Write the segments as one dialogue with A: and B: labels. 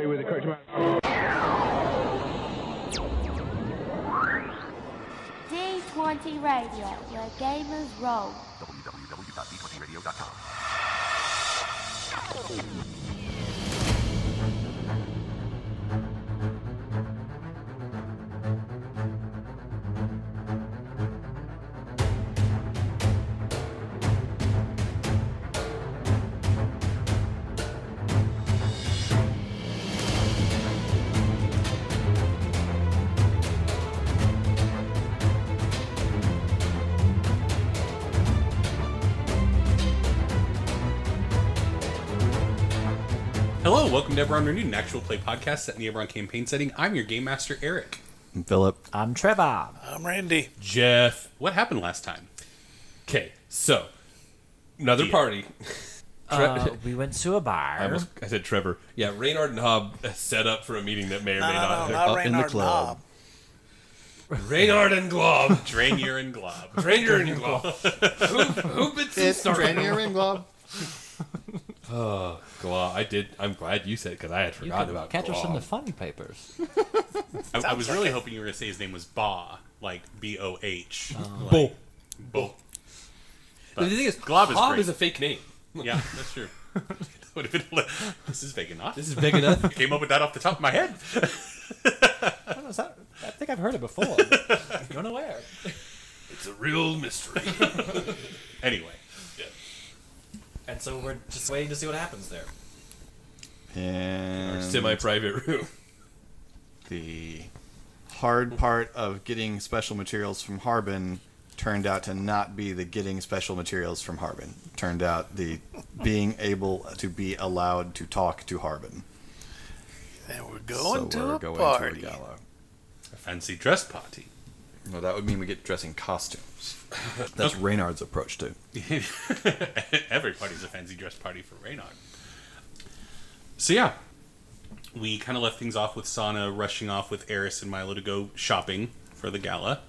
A: you with the correct amount.
B: D20 Radio, where gamers roll.
C: www.b20radio.com.
D: Hello, welcome to Eberron Renewed, an actual play podcast set in the Eberron campaign setting. I'm your game master, Eric.
E: Philip.
F: I'm Trevor.
G: I'm Randy.
D: Jeff. What happened last time?
G: Okay, so another
D: Yeah.
G: party. Tre-
F: Uh, we went to a bar.
G: I, almost, I said Trevor. Yeah, Reynard and Hob set up for a meeting that may or may not.
E: not Up in the club.
G: Reynard and Glob.
D: Drainier and Glob.
G: Drainer and Glob. Who, who bits and
E: It's
G: started?
E: Drainier Ring Glob.
G: Oh, Glob. I did. I'm glad you said because I had
E: You
G: forgotten
E: can
G: about
E: catch
G: Glob.
E: us in the funny papers.
D: I, I was really hoping you were going to say his name was Ba, like B O H.
G: Bull. Bull.
D: But
G: Oh. the thing is,
D: Glob is
G: Hob
D: great.
G: is a fake name.
D: Yeah, that's true. Would have been li- this is big enough.
G: This is big enough.
D: I came up with that off the top of my head.
E: I, don't know, is that, I think I've heard it before. don't know where.
G: it's a real mystery.
D: Anyway,
H: And so we're just waiting to see what happens there.
E: And
G: Semi-private room.
E: Um, the hard part of getting special materials from Harbin turned out to not be the getting special materials from Harbin. Turned out the being able to be allowed to talk to Harbin.
I: And we're going to
E: so we're
I: a
E: going
I: party.
E: to a gala.
D: a fancy dress party.
E: Well, that would mean we get to dress in costumes. That's Reynard's approach to.
D: Every party's a fancy dress party for Reynard. So yeah, we kind of left things off with Sana rushing off with Eris and Milo to go shopping for the gala,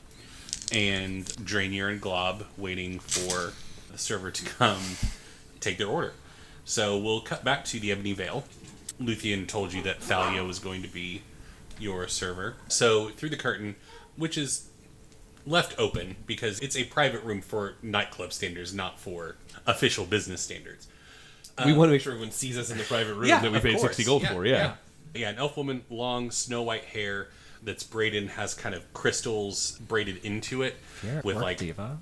D: and Drainier and Glob waiting for the server to come take their order. So we'll cut back to the Ebony Vale. Luthien told you that Thalia was going to be your server. So through the curtain, which is left open because it's a private room for nightclub standards, not for official business standards. Um,
G: we want to make sure everyone sees us in the private room that we
D: of
G: paid
D: course.
G: sixty gold for. yeah.
D: yeah. Yeah, an elf woman, long snow white hair that's braided and has kind of crystals braided into it,
F: You're at
D: with
F: work,
D: like
F: diva.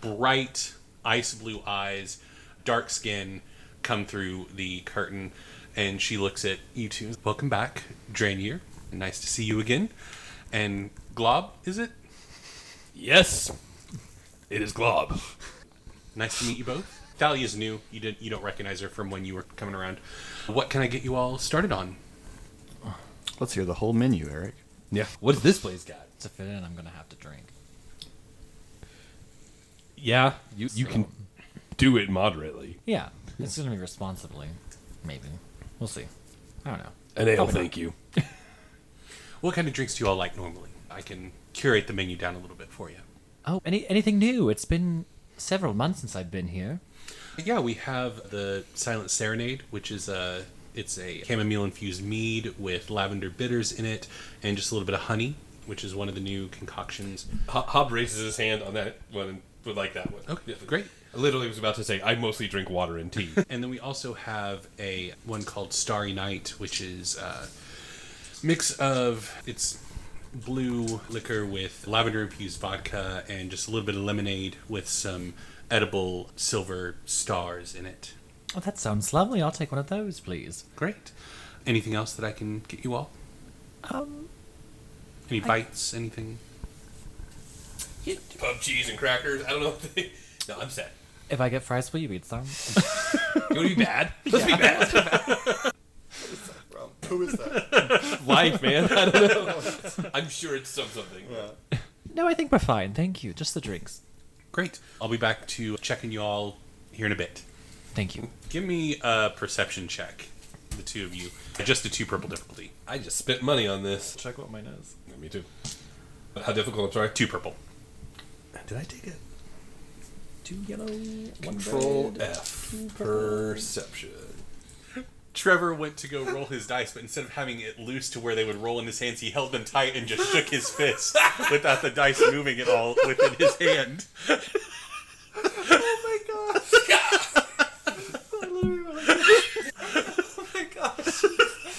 D: bright ice blue eyes, dark skin come through the curtain, and she looks at you two. Welcome back, Drainier. Nice to see you again. And Glob, is it?
G: Yes, it is Glob.
D: Nice to meet you both. Thalia's new. You didn't. You don't recognize her from when you were coming around. What can I get you all started on?
E: Let's hear the whole menu, Eric.
G: Yeah. What does this place got?
F: To fit in, I'm gonna have to drink.
G: Yeah, you you can do it moderately.
F: Yeah, it's gonna be responsibly. Maybe we'll see. I don't know.
G: An ale, thank you.
D: What kind of drinks do you all like normally? I can curate the menu down a little bit for you.
F: Oh, any anything new? It's been several months since I've been here.
D: Yeah, we have the Silent Serenade, which is a it's a chamomile infused mead with lavender bitters in it and just a little bit of honey, which is one of the new concoctions.
G: Hob, Hob raises his hand on that one and would like that one.
D: Okay, great.
G: I literally was about to say I mostly drink water and tea.
D: And then we also have a one called Starry Night, which is a mix of it's blue liquor with lavender infused vodka and just a little bit of lemonade with some edible silver stars in it.
F: Oh, that sounds lovely. I'll take one of those, please.
D: Great. Anything else that I can get you all?
F: Um,
D: Any bites? Anything?
G: Pub cheese and crackers. I don't know. If they, no, I'm sad.
F: if I get fries, will you eat some?
G: You want to be bad? Let's be bad.
E: Who is that?
G: Life, man. I don't know. I'm sure it's some something.
F: no, I think we're fine. Thank you. Just the drinks.
D: Great. I'll be back to checking you all here in a bit.
F: Thank you.
D: Give me a perception check, the two of you. Just a two purple difficulty.
G: I just spent money on this.
E: Check what mine is.
G: Me too. How difficult? I'm sorry.
D: Two purple.
G: Did I take it? Two yellow. Control F. Perception.
D: Trevor went to go roll his dice, but instead of having it loose to where they would roll in his hands, he held them tight and just shook his fist without the dice moving at all within his hand.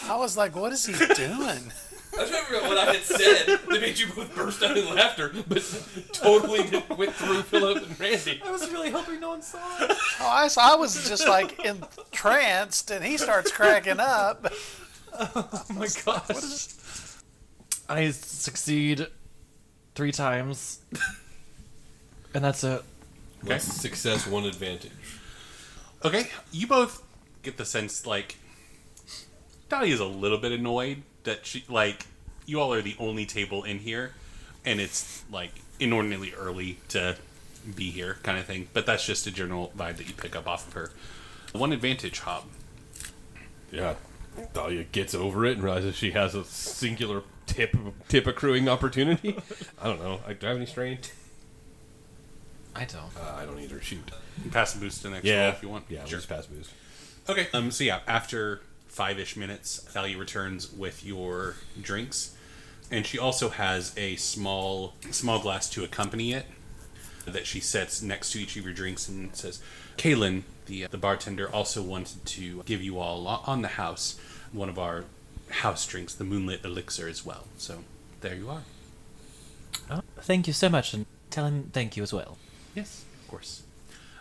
I: I was like, what is he doing?
G: I trying to figure out what I had said that made you both burst out in laughter, but totally went through Philip and Randy.
H: I was really hoping no one saw it.
I: Oh, I, s- I was just like entranced, and he starts cracking up.
H: Oh my gosh. I succeed three times. and that's it.
G: Okay. Success, one advantage.
D: Okay, you both get the sense like Dahlia's a little bit annoyed that she like you all are the only table in here, and it's like inordinately early to be here kind of thing. But that's just a general vibe that you pick up off of her. One advantage, Hob.
G: Yeah. Dahlia gets over it and realizes she has a singular tip tip accruing opportunity. I don't know. I, do I have any strain?
F: I don't.
G: Uh, I don't either. Shoot.
D: You can pass the boost to the next roll if you want.
G: Yeah,
D: sure.
G: just pass boost.
D: Okay. Um. So yeah, after five-ish minutes, Thalia returns with your drinks, and she also has a small small glass to accompany it that she sets next to each of your drinks and says, "Kaylin, the the bartender, also wanted to give you all o- on the house one of our house drinks, the Moonlit Elixir, as well. So there you are.
F: Oh, thank you so much, and tell him thank you as well.
D: Yes, of course.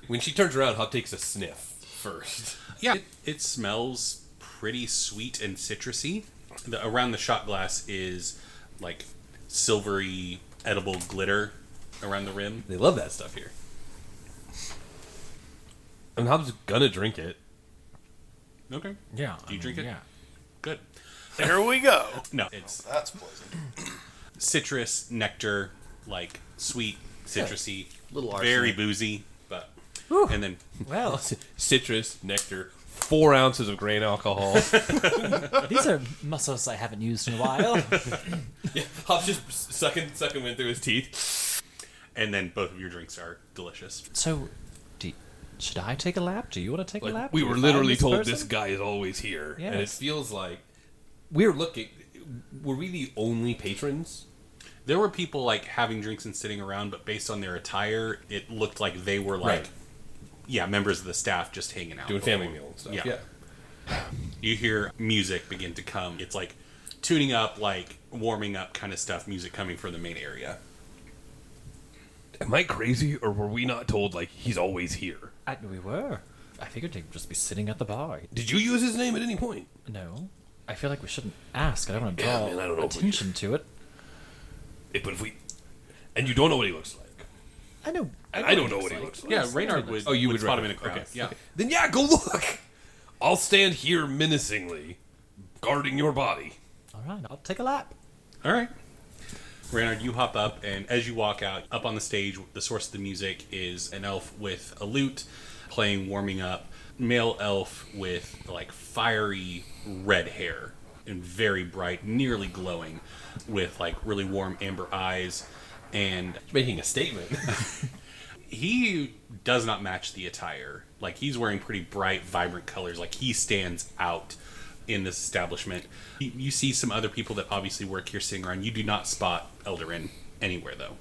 G: When she turns around, Hop takes a sniff first.
D: Yeah, it, it smells pretty sweet and citrusy. The, around the shot glass is like silvery edible glitter around the rim.
G: They love that stuff here. And Hop's gonna drink it.
D: Okay,
F: Yeah.
D: Do you drink it?
F: Yeah.
D: good.
I: There we go.
D: No, it's
E: Oh, That's poison.
D: citrus nectar, like sweet, citrusy,
E: Little
D: very boozy, but and then
F: Well,
G: Citrus, nectar, four ounces of grain alcohol.
F: these are muscles I haven't used in a while.
G: yeah, Hop's just sucking, sucking wind through his teeth.
D: and then both of your drinks are delicious.
F: so, do you- should I take a lap? Do you want to take a lap?
G: Like, we
F: Do you
G: were
F: find
G: literally told
F: person?
G: this guy is always here, and it
F: Yes.
G: feels like we're looking. Were we the only patrons?
D: There were people like having drinks and sitting around, but based on their attire, it looked like they were like
G: Right.
D: yeah members of the staff just hanging out
G: doing family meal and stuff.
D: Yeah. you hear music begin to come. It's like tuning up, like warming up kind of stuff, music coming from the main area.
G: Am I crazy, or were we not told like he's always here?
F: I, we were. I figured he'd just be sitting at the bar.
G: Did you use his name at any point?
F: No. I feel like we shouldn't ask. I don't want to
G: Yeah,
F: draw
G: man, I don't know if we
F: attention to it.
G: Eh, But if we, and you don't know what he looks like.
F: I know.
G: And I don't know what he looks like.
D: Yeah, Reynard was.
G: Oh, you would
D: spot him in
G: recognize-
D: a crowd.
G: okay.
D: Yeah,
G: Then yeah, go look. I'll stand here menacingly, guarding your body.
F: All right, I'll take a lap.
D: All right. Reynard, you hop up, and as you walk out, up on the stage, the source of the music is an elf with a lute playing Warming Up. Male elf with like fiery red hair and very bright, nearly glowing, with like really warm amber eyes. And
G: Making a statement.
D: he does not match the attire. Like he's wearing pretty bright, vibrant colors. Like he stands out in this establishment. You, you see some other people that obviously work here sitting around. You do not spot Eldarin anywhere though.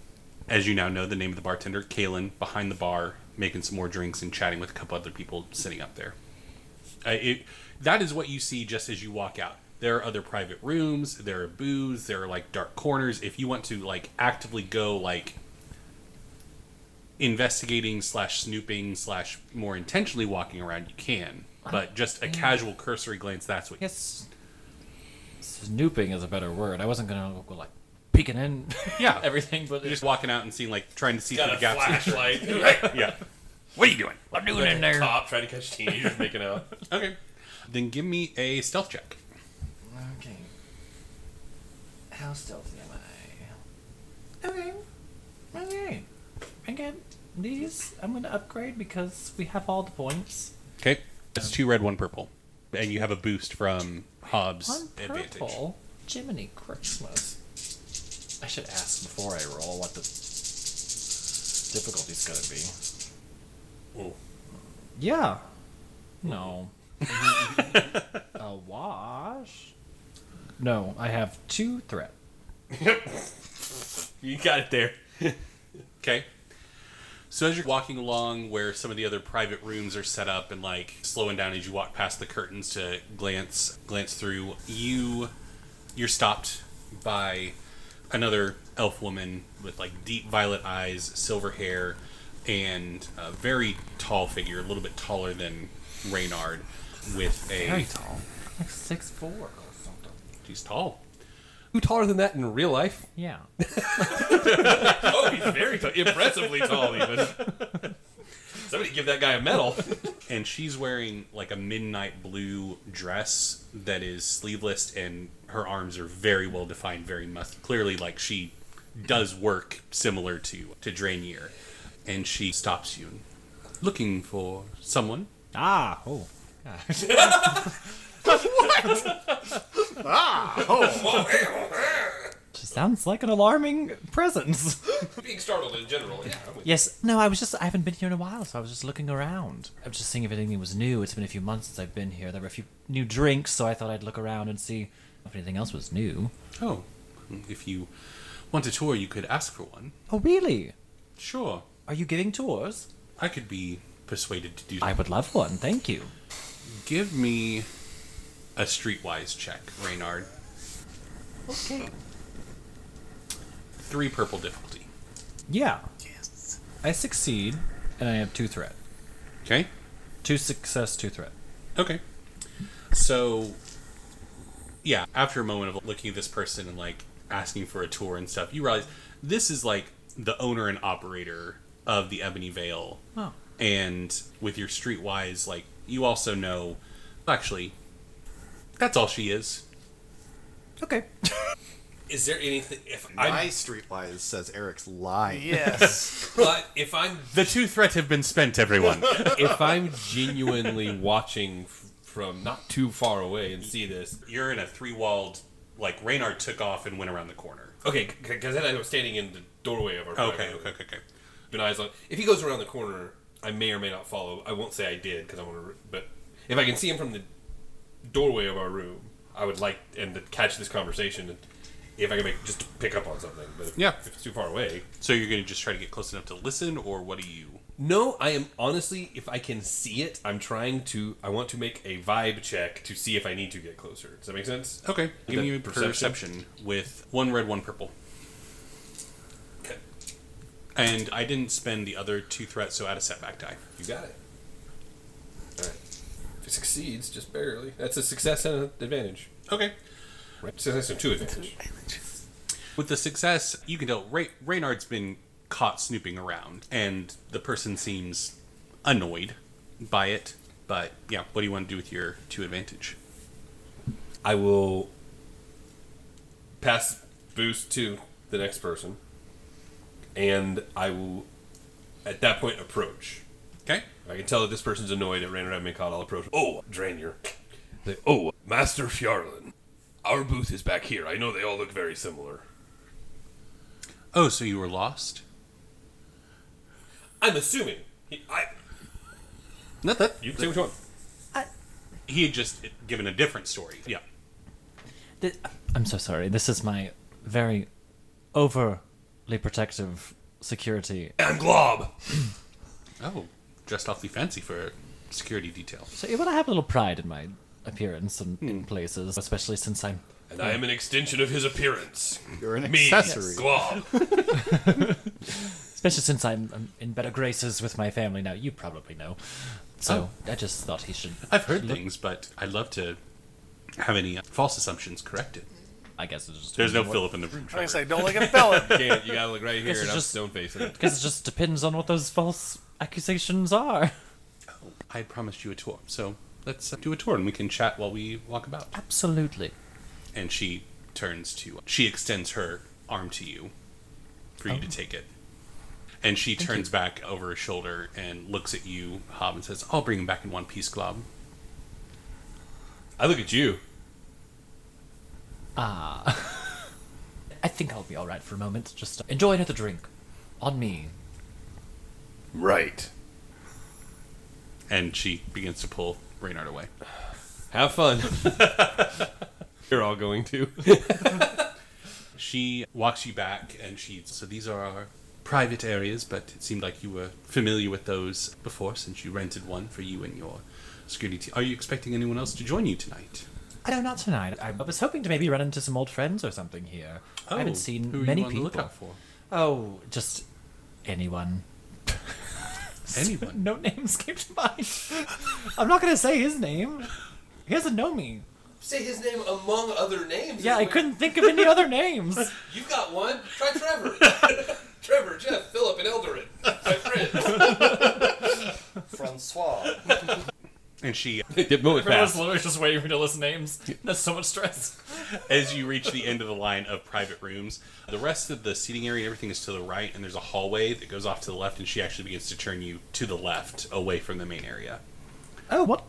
D: As you now know, the name of the bartender, Kalen, behind the bar, making some more drinks and chatting with a couple other people sitting up there. Uh, it, that is what you see just as you walk out. There are other private rooms. There are booths. There are like dark corners. If you want to like actively go like investigating slash snooping slash more intentionally walking around, you can. But just a casual cursory glance, that's what.
F: Yes. Snooping is a better word. I wasn't gonna go like peeking in
D: Yeah,
F: everything, but
D: You're just walking out and seeing like trying to see through the gaps.
G: flashlight.
D: Yeah.
G: what are you doing? I'm
F: doing in there?
G: Top trying to catch teenagers making out.
D: Okay. Then give me a stealth check.
F: okay. How stealthy am I? Okay. Okay. I get these. I'm gonna upgrade because we have all the points.
D: Okay. That's two red, one purple, and you have a boost from Hobbs
F: One
D: advantage.
F: purple. Jiminy Christmas. I should ask before I roll what the difficulty's gonna be.
G: Oh.
F: Yeah. No. A wash? No, I have two threat.
G: You got it there.
D: Okay. So as you're walking along where some of the other private rooms are set up and like slowing down as you walk past the curtains to glance glance through, you you're stopped by another elf woman with like deep violet eyes, silver hair, and a very tall figure, a little bit taller than Reynard, with a
F: tall. Like six four or something.
D: she's tall.
G: Who taller than that in real life?
F: Yeah.
G: Oh, he's very tall. Impressively tall, even. Somebody give that guy a medal.
D: and she's wearing like a midnight blue dress that is sleeveless and her arms are very well defined very mus- clearly like she does work similar to to Drainier and she stops you looking for someone
F: Ah. Oh. She sounds like an alarming presence.
G: Being startled in general. Yeah.
F: Yes. No, I was just. I haven't been here in a while, so I was just looking around. I was just seeing if anything was new. It's been a few months since I've been here. There were a few new drinks, so I thought I'd look around and see if anything else was new.
D: oh if you want a tour you could ask for one
F: Oh, really?
D: sure
F: Are you giving tours?
D: i could be persuaded to do that
F: I would love one. Thank you.
D: give me a streetwise check reynard
F: Okay.
D: three purple difficulty
F: Yeah. Yes. I succeed, and I have two threat.
D: okay
F: Two success, two threat.
D: Okay. So, yeah, after a moment of looking at this person and like asking for a tour and stuff, you realize this is like the owner and operator of the Ebony Vale.
F: Oh.
D: And with your streetwise, like, you also know, actually, that's all she is.
F: Okay.
G: Is there anything? If
E: My streetwise says Eric's lying.
I: Yes.
G: but if I'm
D: The two threats have been spent, everyone.
G: if I'm genuinely watching f- from not too far away and see this,
D: You're in a three walled, like, Reynard took off and went around the corner.
G: okay, because then I'm standing in the doorway of our
D: Okay, okay, okay, okay.
G: Keep an eyes on. If he goes around the corner, I may or may not follow. I won't say I did because I want to. But if I can see him from the doorway of our room, I would like and to catch this conversation. And if I can make just pick up on something, but if,
D: Yeah.
G: if it's too far away,
D: So you're going to just try to get close enough to listen, or what do you.
G: No, I am honestly, if I can see it, I'm trying to. I want to make a vibe check to see if I need to get closer. Does that make sense?
D: Okay, give
G: that
D: me a
G: perception?
D: perception. with one red, one purple.
G: Okay.
D: And I didn't spend the other two threats, so add a setback die.
G: You got it. All right. If it succeeds, just barely. That's a success and an advantage.
D: Okay.
G: Right. Success and two advantage.
D: With the success, you can tell Ray- Reynard's been caught snooping around, and the person seems annoyed by it. But yeah, what do you want to do with your two advantage?
G: I will pass boost to the next person, and I will, at that point, approach.
D: Okay.
G: I can tell that this person's annoyed at Random being caught. I'll approach. Oh, Drainier. They, oh, Master Fjarlin. Our booth is back here. I know they all look very similar.
D: Oh, so you were lost?
G: I'm assuming. He, I,
E: Not that
G: you say which one.
D: He had just given a different story. Yeah.
F: Th- I'm so sorry. This is my very overly protective security.
G: I'm Glob.
D: Oh, dressed awfully fancy for security detail.
F: So, yeah, but I have a little pride in my appearance and in places, especially since I'm.
G: And I am an extension of his appearance.
E: you're an
G: Me,
E: accessory.
G: Glob.
F: Especially since I'm, I'm in better graces with my family now. You probably know. So I just thought he should.
D: I've heard things, but I'd love to have any uh, false assumptions corrected.
F: I guess it's just.
D: There's no Philip in the room.
I: Like I
D: Trevor.
I: say, don't look at Philip.
G: Can't, you gotta look right here,
F: Guess
G: and
F: it's
G: I'm
F: just-
G: stone facing.
F: Because it just depends on what those false accusations are.
D: I promised you a tour, so let's uh, do a tour and we can chat while we walk about.
F: Absolutely.
D: And she turns to, she extends her arm to you for you to take it. And she turns back over her shoulder and looks at you, Hob, and says, I'll bring him back in one piece, Glob.
G: I look at you.
F: I think I'll be alright for a moment. Just enjoy another drink. On me.
G: Right.
D: And she begins to pull Reynard away.
G: Have fun. You're all going to.
D: She walks you back and she so these are our private areas, but it seemed like you were familiar with those before since you rented one for you and your security team. Are you expecting anyone else to join you tonight?
F: I know, not tonight. I was hoping to maybe run into some old friends or something here. I haven't seen
D: Oh, who are
F: many
D: you on
F: people.
D: The lookout for?
F: Oh, just anyone.
D: Anyone.
F: no names came to mind. I'm not gonna say his name. He doesn't know me.
G: Say his name among other names.
F: Yeah, I couldn't think of any other names.
G: You've got one. Try Trevor. Trevor, Jeff, Philip, and Eldorin. My friends.
I: Francois.
D: And she,
G: Get moving
H: Everyone's literally just waiting for me to list names. That's so much stress.
D: as you reach the end of the line of private rooms, the rest of the seating area and everything is to the right, and there's a hallway that goes off to the left, and she actually begins to turn you to the left, away from the main area.
F: Oh, what?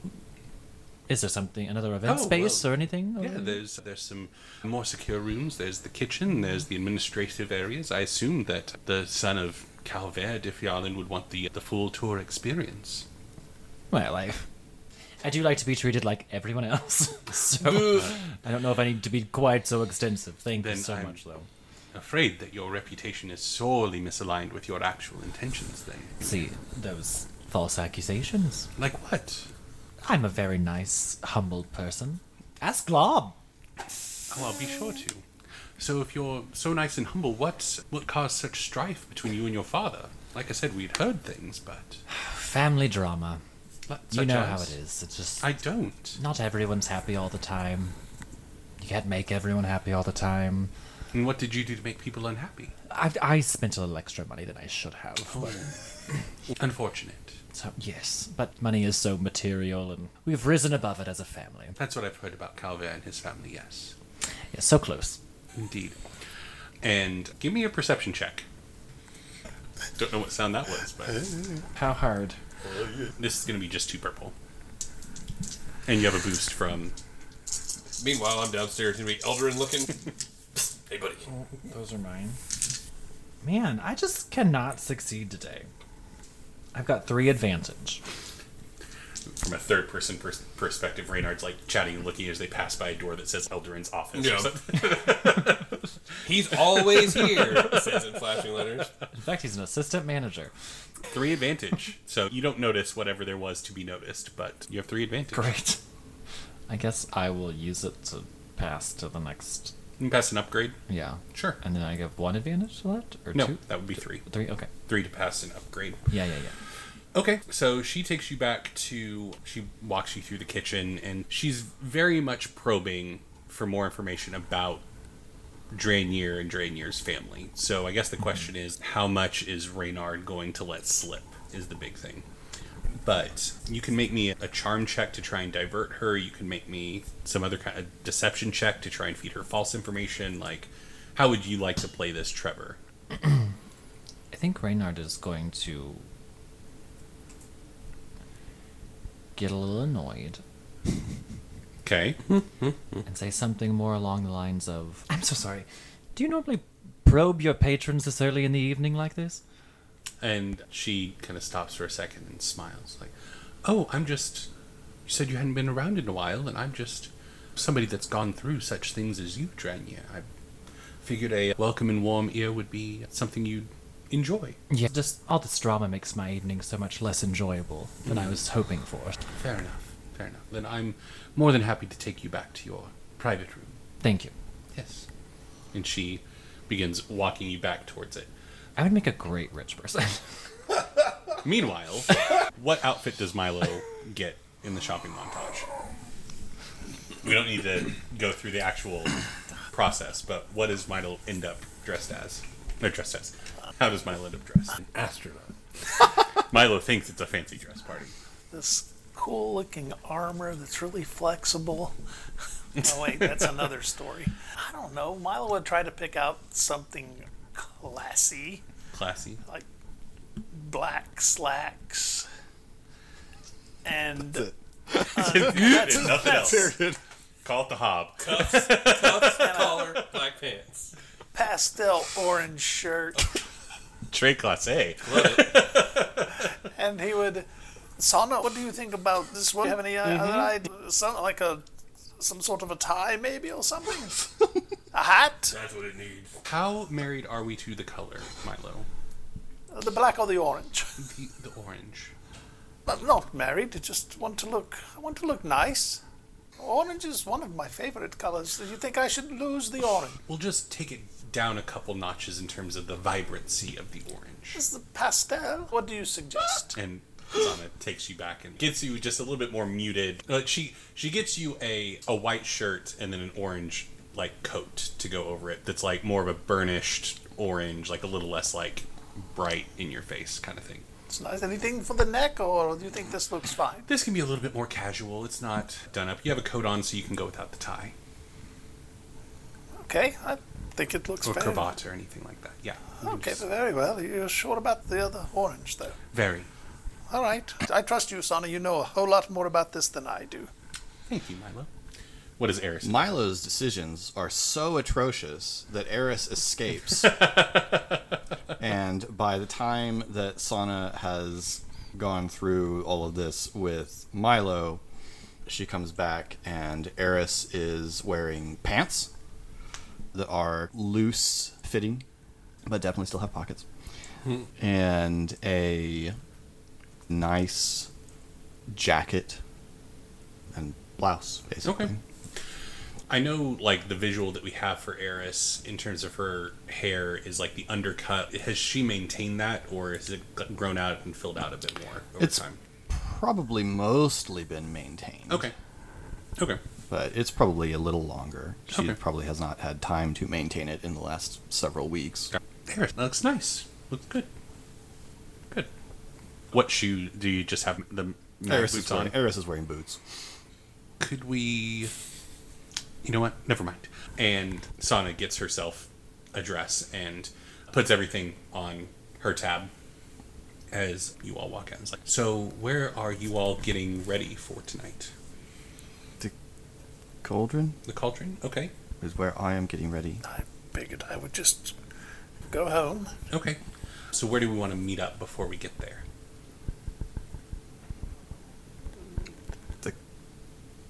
F: Is there something, another event
D: Oh,
F: space
D: well,
F: or anything?
D: Yeah, there's there's some more secure rooms. There's the kitchen. There's the administrative areas. I assume that the son of Calvert, if Yarlin would want the the full tour experience.
F: Well, I, I do like to be treated like everyone else, so I don't know if I need to be quite so extensive. Thank
D: Then
F: you so
D: I'm-
F: much, though.
D: Afraid that your reputation is sorely misaligned with your actual intentions. Then,
F: See those false accusations.
D: like what?
F: I'm a very nice, humble person. Ask Glob.
D: Oh, I'll be sure to. So, if you're so nice and humble, what what caused such strife between you and your father? Like I said, we'd heard things, but
F: Family drama. you
D: such
F: know
D: as-
F: how it is. It's just
D: I don't.
F: not everyone's happy all the time. You can't make everyone happy all the time.
D: And what did you do to make people unhappy?
F: I, I spent a little extra money than I should have. but-
D: Unfortunate.
F: so, yes, but money is so material, and we've risen above it as a family.
D: That's what I've heard about Calvert and his family, yes.
F: Yeah, so close.
D: Indeed. And give me a perception check. Don't know what sound that was, but
F: How hard?
D: this is going to be just too purple. And you have a boost from.
G: Meanwhile, I'm downstairs and be Eldorin looking. Psst, hey, buddy.
F: Those are mine. Man, I just cannot succeed today. I've got three advantage.
D: From a third person pers- perspective, Reynard's like chatting and looking as they pass by a door that says Eldarin's office.
G: Yeah.
D: Or something.
G: He's always here. it says in flashing letters.
F: In fact, he's an assistant manager.
D: Three advantage. So you don't notice whatever there was to be noticed, but you have three advantage.
F: Great. I guess I will use it to pass to the next.
D: You can pass an upgrade.
F: Yeah.
D: Sure.
F: And then I give one advantage to that? Or
D: No,
F: two?
D: that would be three.
F: Three? Okay.
D: Three to pass an upgrade.
F: Yeah, yeah, yeah.
D: Okay, so she takes you back to. She walks you through the kitchen, and she's very much probing for more information about Draenier and Draenier's family. So I guess the question is, how much is Reynard going to let slip? Is the big thing. But you can make me a charm check to try and divert her. You can make me some other kind of deception check to try and feed her false information. Like, how would you like to play this, Trevor?
F: I think Reynard is going to get a little annoyed
D: Okay.
F: and say something more along the lines of Hmm. I'm so sorry. Do you normally probe your patrons this early in the evening like this?
D: And she kind of stops for a second and smiles, like, "Oh, I'm just. You said you hadn't been around in a while, and I'm just somebody that's gone through such things as you, Dranya. I figured a welcome and warm ear would be something you'd enjoy.
F: Yeah, just all this drama makes my evening so much less enjoyable than I was hoping for.
D: Fair enough. Fair enough. Then I'm more than happy to take you back to your private room.
F: Thank you.
D: Yes. And she begins walking you back towards it.
F: I would make a great rich person.
D: Meanwhile, what outfit does Milo get in the shopping montage? We don't need to go through the actual process, but what does Milo end up dressed as? No, dressed as. How does Milo end up dressed? An astronaut. Milo thinks it's a fancy dress party.
I: This cool looking armor that's really flexible. oh, wait, that's another story. I don't know. Milo would try to pick out something classy,
D: Classy.
I: like black slacks. And
D: That's nothing else.
E: Period.
D: Call it the hob.
G: Collar, black pants.
I: pastel orange shirt.
D: Trade class A.
I: and he would Sana, what do you think about this? What do you have any uh,
D: Mm-hmm.
I: other idea? Some, like a some sort of a tie, maybe, or something. a hat,
G: That's what it needs.
D: How married are we to the color, Milo?
I: the black or the orange.
D: The, the orange.
I: But not married. I just want to look. I want to look nice. Orange is one of my favorite colors. Do you think I should lose the orange?
D: We'll just take it down a couple notches in terms of the vibrancy of the orange.
I: Is the pastel? What do you suggest?
D: and Zana takes you back and gets you just a little bit more muted. Like she she gets you a a white shirt and then an orange like coat to go over it. That's like more of a burnished orange, like a little less like bright in your face kind of thing.
I: It's nice. Anything for the neck, or do you think this looks fine?
D: This can be a little bit more casual. It's not done up. You have a coat on, so you can go without the tie
I: Okay, I think it looks
D: or
I: very
D: cravat or anything like that. Yeah.
I: Okay, very well. You're sure about the other orange, though.
D: Very.
I: All right. I trust you, Sana. You know a whole lot more about this than I do.
D: Thank you, Milo. What is Eris?
E: Milo's decisions are so atrocious that Eris escapes. and by the time that Sana has gone through all of this with Milo, she comes back and Eris is wearing pants that are loose fitting, but definitely still have pockets. and a nice jacket and blouse, basically.
D: Okay. I know, like the visual that we have for Eris in terms of her hair is like the undercut. Has she maintained that, or has it g- grown out and filled out a bit more over
E: It's- Mm.
D: time?
E: probably mostly been maintained.
D: Okay. Okay.
E: But it's probably a little longer. She
D: Okay.
E: probably has not had time to maintain it in the last several weeks.
D: Eris that looks nice. Looks good. Good. What shoe do you just have the mag
E: Eris
D: boots
E: is,
D: on?
E: wearing, Eris is wearing boots.
D: Could we? You know what? Never mind. And Sana gets herself a dress and puts everything on her tab as you all walk out. It's like, so where are you all getting ready for tonight?
E: Cauldron
D: The cauldron? Okay.
E: is where I am getting ready.
I: I figured I would just go home.
D: Okay. So where do we want to meet up before we get there?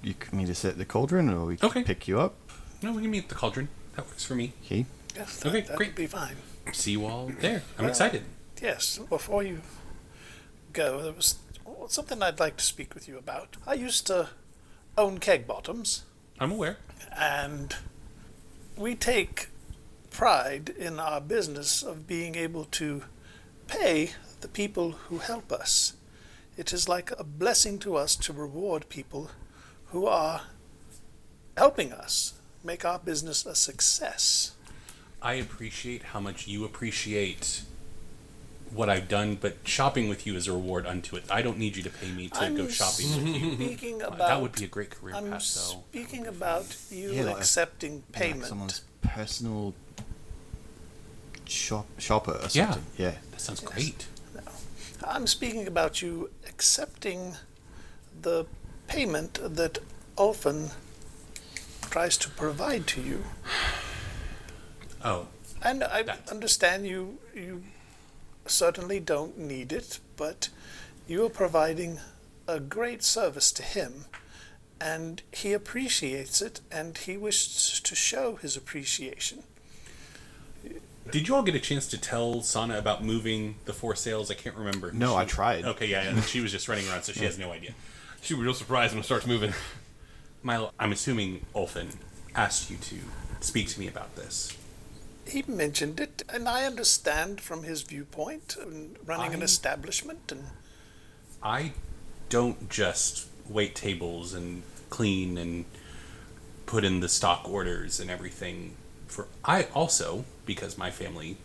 E: You c- need to sit at the cauldron or we can
D: Okay.
E: pick you up.
D: No, we can meet at the cauldron. That works for me.
E: Okay.
I: Yes,
D: Okay,
I: that, that
D: great.
I: would be fine.
D: See you all there. I'm excited.
I: Yes, before you go, there was something I'd like to speak with you about. I used to own keg bottoms,
D: I'm aware.
I: and we take pride in our business of being able to pay the people who help us. It is like a blessing to us to reward people who are helping us make our business a success.
D: I appreciate how much you appreciate what I've done, but shopping with you is a reward unto it. I don't need you to pay me to
I: I'm
D: go shopping with you.
I: Speaking about
D: that would be a great career
I: I'm
D: path, though.
I: speaking about you
E: Yeah, like-
I: accepting
E: Like
I: payment.
E: someone's personal shop shopper or
D: Yeah.
E: something. Yeah.
D: That sounds great.
I: I'm speaking about you accepting the payment that Ulfin tries to provide to you.
D: Oh,
I: And I
D: That-
I: understand you you certainly don't need it, but you are providing a great service to him and he appreciates it and he wishes to show his appreciation.
D: did you all get a chance to tell Sana about moving the four sails? I can't remember.
E: No, I tried.
D: Okay, yeah, yeah. She was just running around, so she has no idea.
G: She'll be real surprised when it starts moving.
D: Milo, I'm assuming Ulfin asked you to speak to me about this.
I: He mentioned it, and I understand from his viewpoint, and running an
D: I-
I: establishment, and
D: I don't just wait tables and clean and put in the stock orders and everything for I also because my family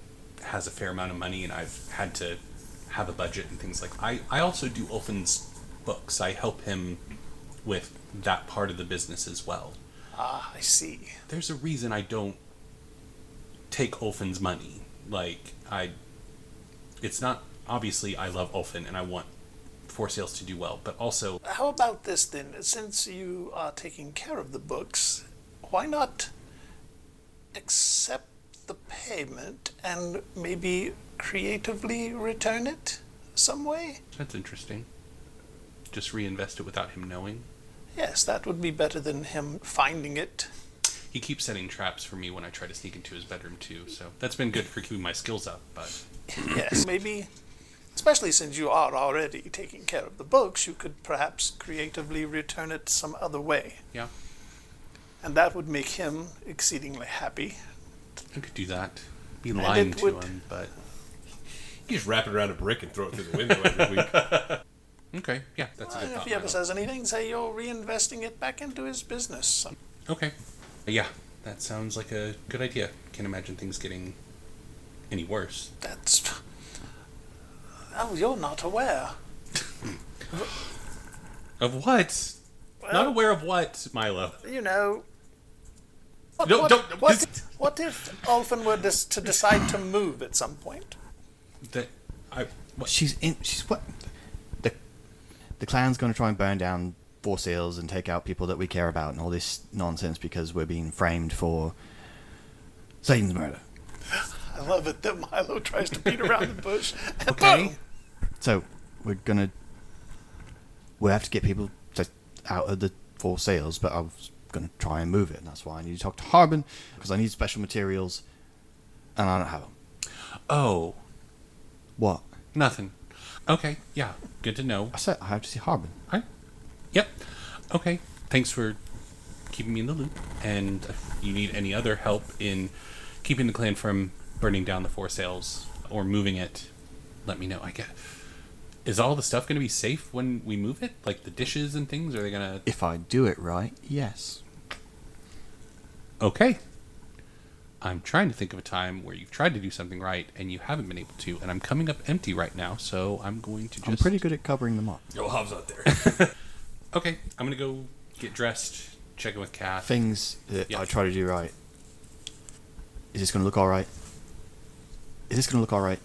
D: has a fair amount of money and I've had to have a budget and things like I I also do Ulfin's books. I help him with that part of the business as well.
I: ah, I see.
D: There's a reason I don't take Ulfin's money. Like I it's not obviously I love Ulfin and I want for sales to do well, but also
I: How about this then? Since you are taking care of the books, why not accept the payment and maybe creatively return it some way?
D: that's interesting. just reinvest it without him knowing.
I: Yes, that would be better than him finding it.
D: He keeps setting traps for me when I try to sneak into his bedroom too, so that's been good for keeping my skills up. But
I: Yes, maybe, especially since you are already taking care of the books, you could perhaps creatively return it some other way.
D: yeah,
I: And that would make him exceedingly happy.
D: I could do that. Be lying
I: it
D: to
I: would-
D: him, but
G: You just wrap it around a brick and throw it through the window every week.
D: okay, yeah, that's a
I: And
D: good
I: if
D: thought.
I: he ever
D: Michael.
I: says anything, say you're reinvesting it back into his business.
D: Okay, yeah, that sounds like a good idea. Can't imagine things getting any worse.
I: That's. Oh, you're not aware.
D: Of what? Not aware of what, Milo.
I: You know. What,
D: No,
I: what,
D: don't-
I: what, what if Ulfin were dis- to decide to move at some point?
D: That I what,
E: She's in. She's what? The the clan's going to try and burn down four seals and take out people that we care about and all this nonsense because we're being framed for Satan's murder.
I: I love it that Milo tries to beat around the bush. Oh, and boom!
E: So we're gonna we have to get people to, out of the four seals, but I was gonna try and move it, and that's why I need to talk to Harbin because I need special materials, and I don't have them.
D: oh
E: What
D: nothing. Okay, yeah, good to know.
E: I said, I have to see Harbin.
D: I, yep. Okay. Thanks for keeping me in the loop. And if you need any other help in keeping the clan from burning down the four sails or moving it, let me know. I get. Is all the stuff going to be safe when we move it? Like the dishes and things? Are they going to.
E: If I do it right, yes.
D: Okay. I'm trying to think of a time where you've tried to do something right and you haven't been able to, and I'm coming up empty right now, so I'm going to just.
E: I'm pretty good at covering them up.
G: Yo, Hobbs out there.
D: Okay, I'm going to go get dressed, check in with Kath.
E: Things that
D: Yeah.
E: I try to do right. Is this gonna look all right? Is this gonna look all right?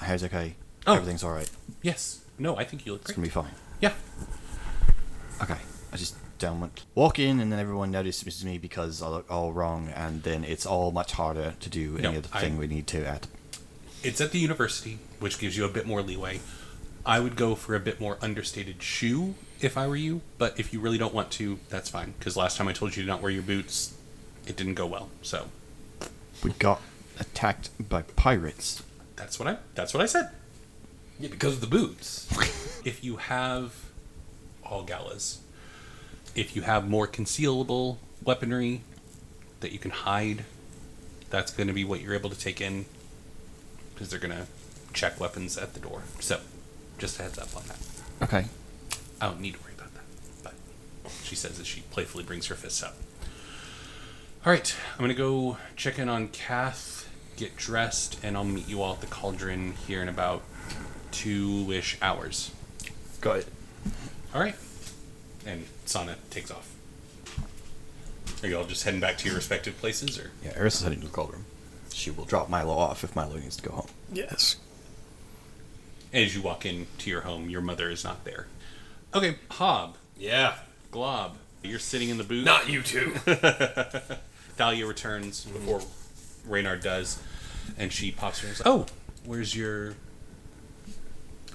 E: My hair's okay.
D: Oh.
E: Everything's all right.
D: Yes. No, I think you look
E: It's
D: great.
E: gonna be fine.
D: Yeah.
E: Okay. I just don't want walk in and then everyone notices me because I look all wrong and then it's all much harder to do any
D: No,
E: other
D: I-
E: thing we need to at
D: It's at the university, which gives you a bit more leeway. I would go for a bit more understated shoe if I were you, but if you really don't want to, that's fine. Because last time I told you to not wear your boots, it didn't go well. So
E: we got attacked by pirates.
D: that's what I that's what I said.
G: yeah, because of the boots.
D: If you have all galas, if you have more concealable weaponry that you can hide, that's going to be what you're able to take in because they're going to check weapons at the door. So just a heads up on that.
E: Okay.
D: I don't need to worry about that. But she says as she playfully brings her fists up. All right, I'm gonna go check in on Kath, get dressed, and I'll meet you all at the cauldron here in about two-ish hours.
E: Got it.
D: All right, and Sana takes off. Are you all just heading back to your respective places, or
E: Yeah, Eris heading to the cauldron. She will drop Milo off if Milo needs to go home.
I: Yes.
D: as you walk into your home, your mother is not there. Okay, Hob,
G: Yeah.
D: Glob, you're sitting in the booth.
G: Not you two.
D: Thalia returns before Reynard does, and she pops her and says, "Oh, where's your,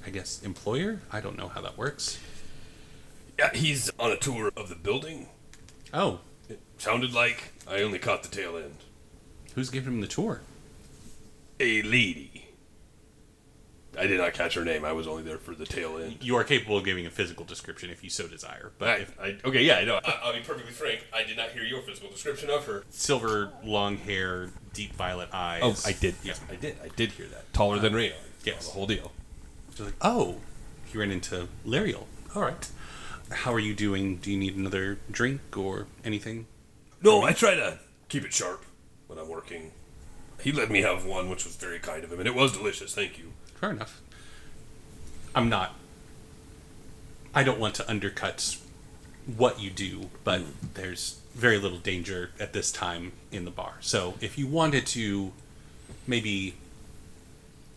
D: I guess, employer? I don't know how that works.
G: Yeah, he's on a tour of the building.
D: Oh,
G: It sounded like I only caught the tail end.
D: who's giving him the tour?
G: A lady. I did not catch her name. I was only there for the tail end.
D: You are capable of giving a physical description if you so desire, but
G: But
D: if
G: I, I, okay, yeah, I know. I, I'll be perfectly frank. I did not hear your physical description of her.
D: silver, long hair, deep violet eyes.
G: Oh, I did.
D: Yeah,
G: Yes, I did. I did hear that. Taller than Rayon.
D: Uh, yes.
G: the whole deal.
D: She's like, "Oh, you ran into Lariel. All right. How are you doing? Do you need another drink or anything?"
G: No, I try to keep it sharp when I'm working. He let me have one, which was very kind of him, and it was delicious. Thank you.
D: Fair enough. I'm not. I don't want to undercut what you do, but there's very little danger at this time in the bar. So if you wanted to maybe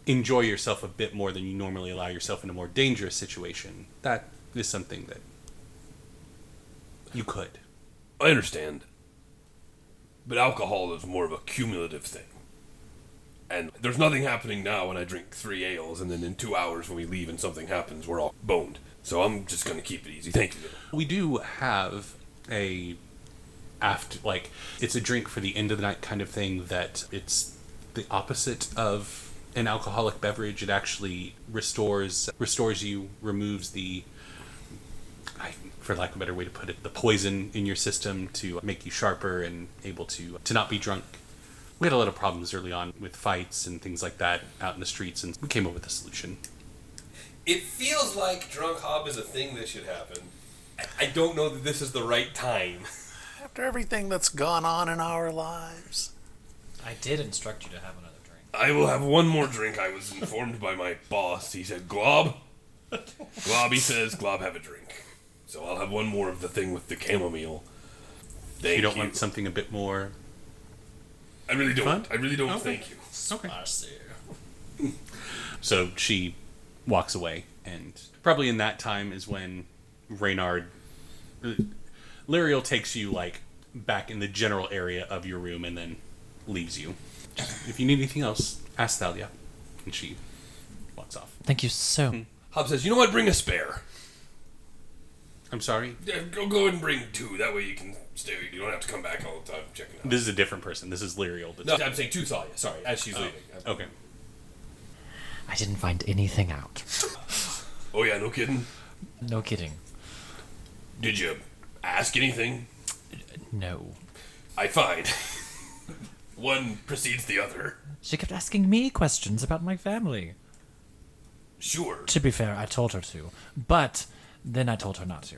D: enjoy yourself a bit more than you normally allow yourself in a more dangerous situation, that is something that you could.
G: I understand. But alcohol is more of a cumulative thing. And there's nothing happening now when I drink three ales, and then in two hours when we leave and something happens, we're all boned. So I'm just gonna keep it easy. Thank you.
D: We do have a after like it's a drink for the end of the night kind of thing that it's the opposite of an alcoholic beverage. It actually restores restores you, removes the I, for lack of a better way to put it, the poison in your system to make you sharper and able to to not be drunk. We had a lot of problems early on with fights and things like that out in the streets, and we came up with a solution.
G: It feels like drunk hob is a thing that should happen. I, I don't know that this is the right time.
I: After everything that's gone on in our lives,
J: I did instruct you to have another drink.
G: I will have one more drink. I was informed by my boss. He said, Glob. Glob, he says, Glob, have a drink. So I'll have one more of the thing with the chamomile. Thank
D: you don't want something a bit more
G: I really don't.
D: Fun? Oh.
G: I really don't.
D: Okay.
G: Thank you.
D: okay.
J: I see.
D: So she walks away, and probably in that time is when Reynard. Liriel takes you, like, back in the general area of your room and then leaves you. Just, if you need anything else, ask Thalia. And she walks off.
K: Thank you
J: Hmm.
K: so.
G: Hob says, "You know what? Bring a spare.
D: I'm sorry.
G: Yeah, go go and bring two. That way you can stay. You don't have to come back all the time checking out."
D: This is a different person. This is Liriel.
G: no, I'm saying two Thalia. Sorry, as she's leaving. Oh.
D: Okay.
F: I didn't find anything out.
G: Oh, yeah, no kidding.
F: No kidding.
G: Did you ask anything?
F: No.
G: I find one precedes the other.
F: She kept asking me questions about my family.
G: Sure.
F: To be fair, I told her to, but then I told her not to.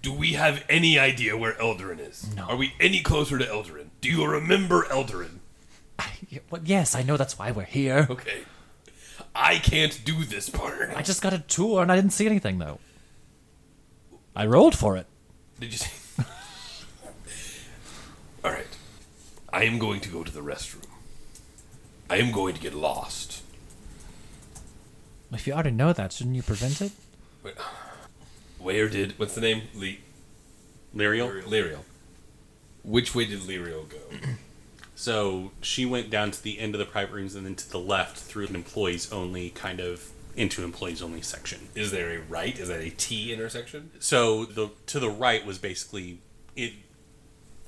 G: Do we have any idea where Eldarin is?
F: No.
G: Are we any closer to Eldarin? Do you remember Eldarin?
F: I, well, yes, I know that's why we're here.
G: Okay. I can't do this part.
F: I just got a tour and I didn't see anything though. I rolled for it.
G: Did you see? All right. I am going to go to the restroom. I am going to get lost.
F: If you already know that, shouldn't you prevent it?
G: Where did what's the name? Le-
D: Liriel.
G: Liriel. Which way did Liriel go?
D: So she went down to the end of the private rooms and then to the left through an employees only kind of into employees only section.
G: Is there a right? Is that a T intersection?
D: So the to the right was basically it.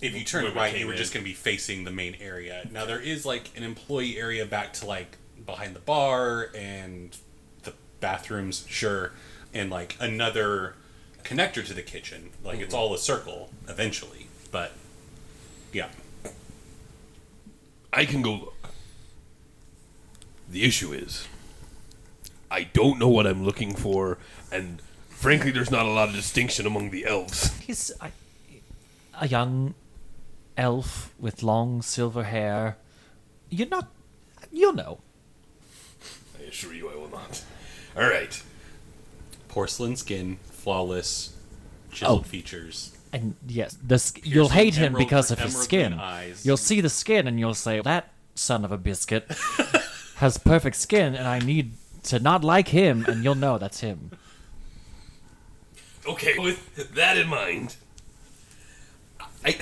D: If you
G: Where
D: turned
G: we
D: right, you
G: came
D: were
G: in.
D: just going to be facing the main area. Now there is like an employee area back to like behind the bar and the bathrooms, sure, and like another connector to the kitchen. Like
G: Mm-hmm.
D: it's all a circle eventually, but yeah,
G: I can go look. The issue is, I don't know what I'm looking for, and frankly, there's not a lot of distinction among the elves.
F: He's a, a young elf with long silver hair. You're not. You'll know.
G: I assure you, I will not. All right.
D: porcelain skin, flawless, chiseled features.
F: And yes, the sk- you'll hate him
D: emerald-
F: because of his
D: emerald
F: skin.
D: green eyes.
F: You'll see the skin and you'll say, "That son of a biscuit has perfect skin, and I need to not like him." And you'll know that's him.
G: Okay, with that in mind, I,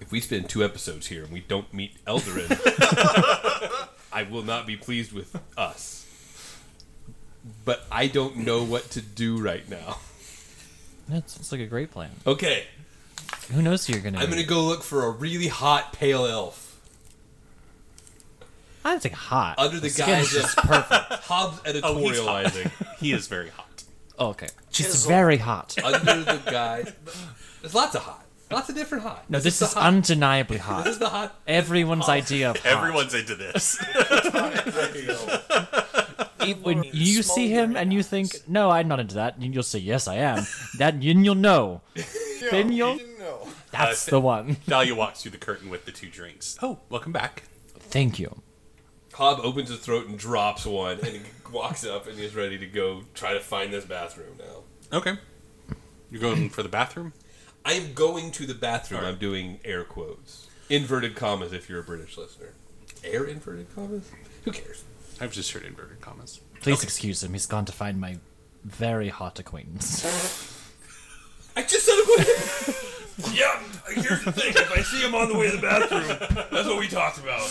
G: if we spend two episodes here and we don't meet Eldarin, I will not be pleased with us. But I don't know what to do right now.
F: That sounds like a great plan.
G: Okay,
F: Who knows who you're gonna?
G: I'm gonna
F: meet?
G: go look for a really hot pale elf
F: I think hot.
G: under the
F: skin's
G: guise of
F: just perfect.
G: Hobbes
D: Oh, he's hot.
G: editorializing.
D: he is very hot.
F: Oh, okay, she's
I: Chiseled.
F: very hot.
G: under the guise, there's lots of hot, lots of different hot.
F: No, this
G: the
F: is
G: hot.
F: undeniably hot.
G: this is the hot
F: Everyone's idea of hot.
D: into this.
F: when you see him and you think, "No, I'm not into that," and you'll say, "Yes, I am." that and you'll know. then you'll
L: No.
F: that's
D: Uh,
F: the one.
D: Dahlia walks through the curtain with the two drinks. Oh, welcome back.
F: Thank you.
G: Hob opens his throat and drops one, and he walks up and he's ready to go try to find this bathroom now.
D: Okay. You're going for the bathroom?
G: I'm going to the bathroom.
D: All right.
G: I'm doing air quotes. Inverted commas if you're a British listener. Air inverted commas? Who cares?
D: I've just heard inverted commas.
F: Please excuse him. He's gone to find my very hot acquaintance.
G: I just said it was. yeah, I Here's the thing: if I see him on the way to the bathroom, that's what we talked about.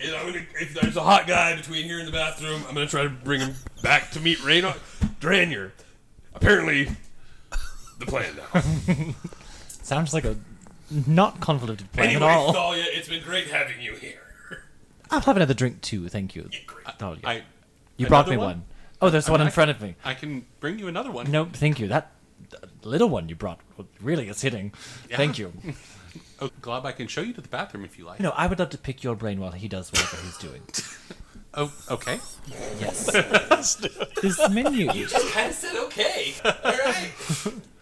G: And I'm gonna, if there's a hot guy between here and the bathroom, I'm gonna try to bring him back to meet Raynor Dranier. Apparently, the plan now.
F: Sounds like a not convoluted plan
G: anyway,
F: at all.
G: Thalia, it's been great having you here.
F: I'll have another drink too, thank you.
G: great.
F: Oh, yeah.
D: I
F: you brought me
D: another one?
F: one. Oh, there's
D: I
F: one
D: mean,
F: in
D: I
F: front
D: can-
F: of me.
D: I can bring you another one.
F: No, thank you. That that little one you brought really is hitting. Thank you.
D: Oh, Glob, I can show you to the bathroom if you like.
F: You know, I would love to pick your brain while he does whatever he's doing.
D: Oh, okay.
F: Yes. this menu.
G: I said okay. All right.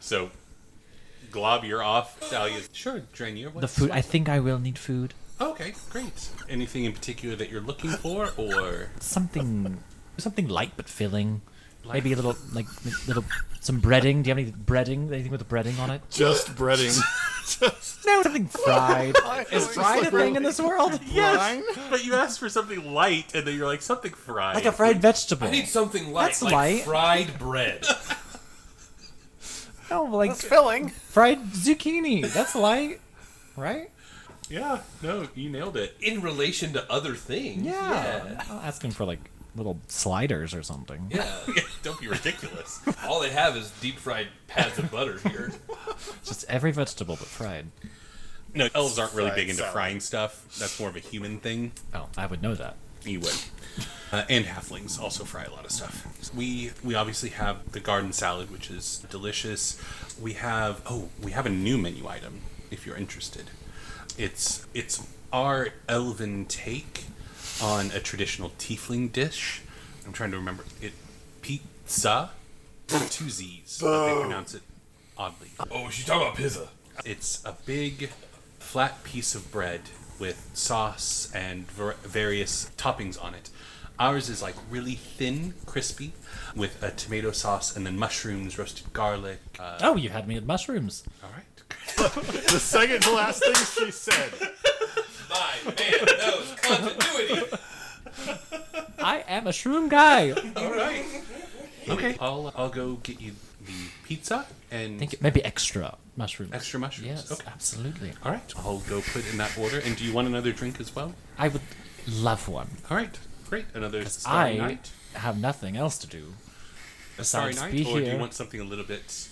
D: So, Glob, you're off. Thalia's sure. Dranier,
F: The
D: what's
F: food. I think I will need food.
D: Okay, great. Anything in particular that you're looking for, or
F: Something, something light but filling. Maybe a little, like little, some breading. Do you have any breading? Anything with breading on it?
E: Just breading.
F: No, something fried. is fried a thing in this world?
E: Yes.
D: but you asked for something light, and then you're like something fried.
F: Like a fried vegetable.
G: I need something light,
F: That's
G: like
F: light.
G: fried bread.
F: No, like
I: That's filling.
F: fried zucchini. That's light, right?
D: yeah. No, you nailed it.
G: In relation to other things.
F: Yeah. I'll ask him for like little sliders or something.
G: Yeah. yeah.
D: Don't be ridiculous.
G: All they have is deep fried pads of butter here.
F: Just every vegetable but fried.
D: no, elves aren't really
E: Fried
D: big into
E: salad.
D: frying stuff. That's more of a human thing.
F: Oh, I would know that.
D: You would. Uh, and halflings also fry a lot of stuff. We we obviously have the garden salad, which is delicious. We have oh, we have a new menu item if you're interested. It's it's our elven take on a traditional tiefling dish. I'm trying to remember it. Pizza, two Z's. but They pronounce it oddly.
G: Oh, she's talking about pizza.
D: It's a big, flat piece of bread with sauce and var- various toppings on it. Ours is like really thin, crispy, with a tomato sauce and then mushrooms, roasted garlic. Uh,
F: Oh, you had me at mushrooms.
D: all right.
E: The second to last thing she said.
G: My man knows continuity.
F: I am a shroom guy.
G: All right.
D: Okay. I'll I'll go get you the pizza and
F: Thank you. Maybe extra mushrooms.
D: extra mushrooms.
F: Yes,
D: Okay.
F: absolutely.
D: All right. I'll go put in that order. And do you want another drink as well?
F: I would love one.
D: All right. Great. Another starry
F: I
D: night.
F: have nothing else to do.
D: Starry
F: Besides
D: night,
F: be
D: or do
F: here.
D: you want something a little bit?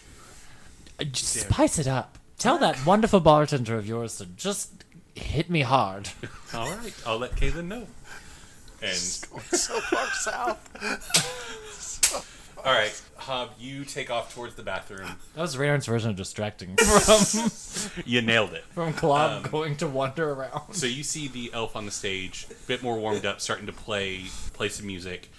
F: Uh, Just spice it up. Tell that wonderful bartender of yours to just hit me hard.
D: All right. I'll let Kaylin know. And
I: so far south.
D: All right, Hob, you take off towards the bathroom.
F: That was Raynard's version of distracting from
D: You nailed it.
F: from Glob going to wander around.
D: So you see the elf on the stage, a bit more warmed up, starting to play play some music.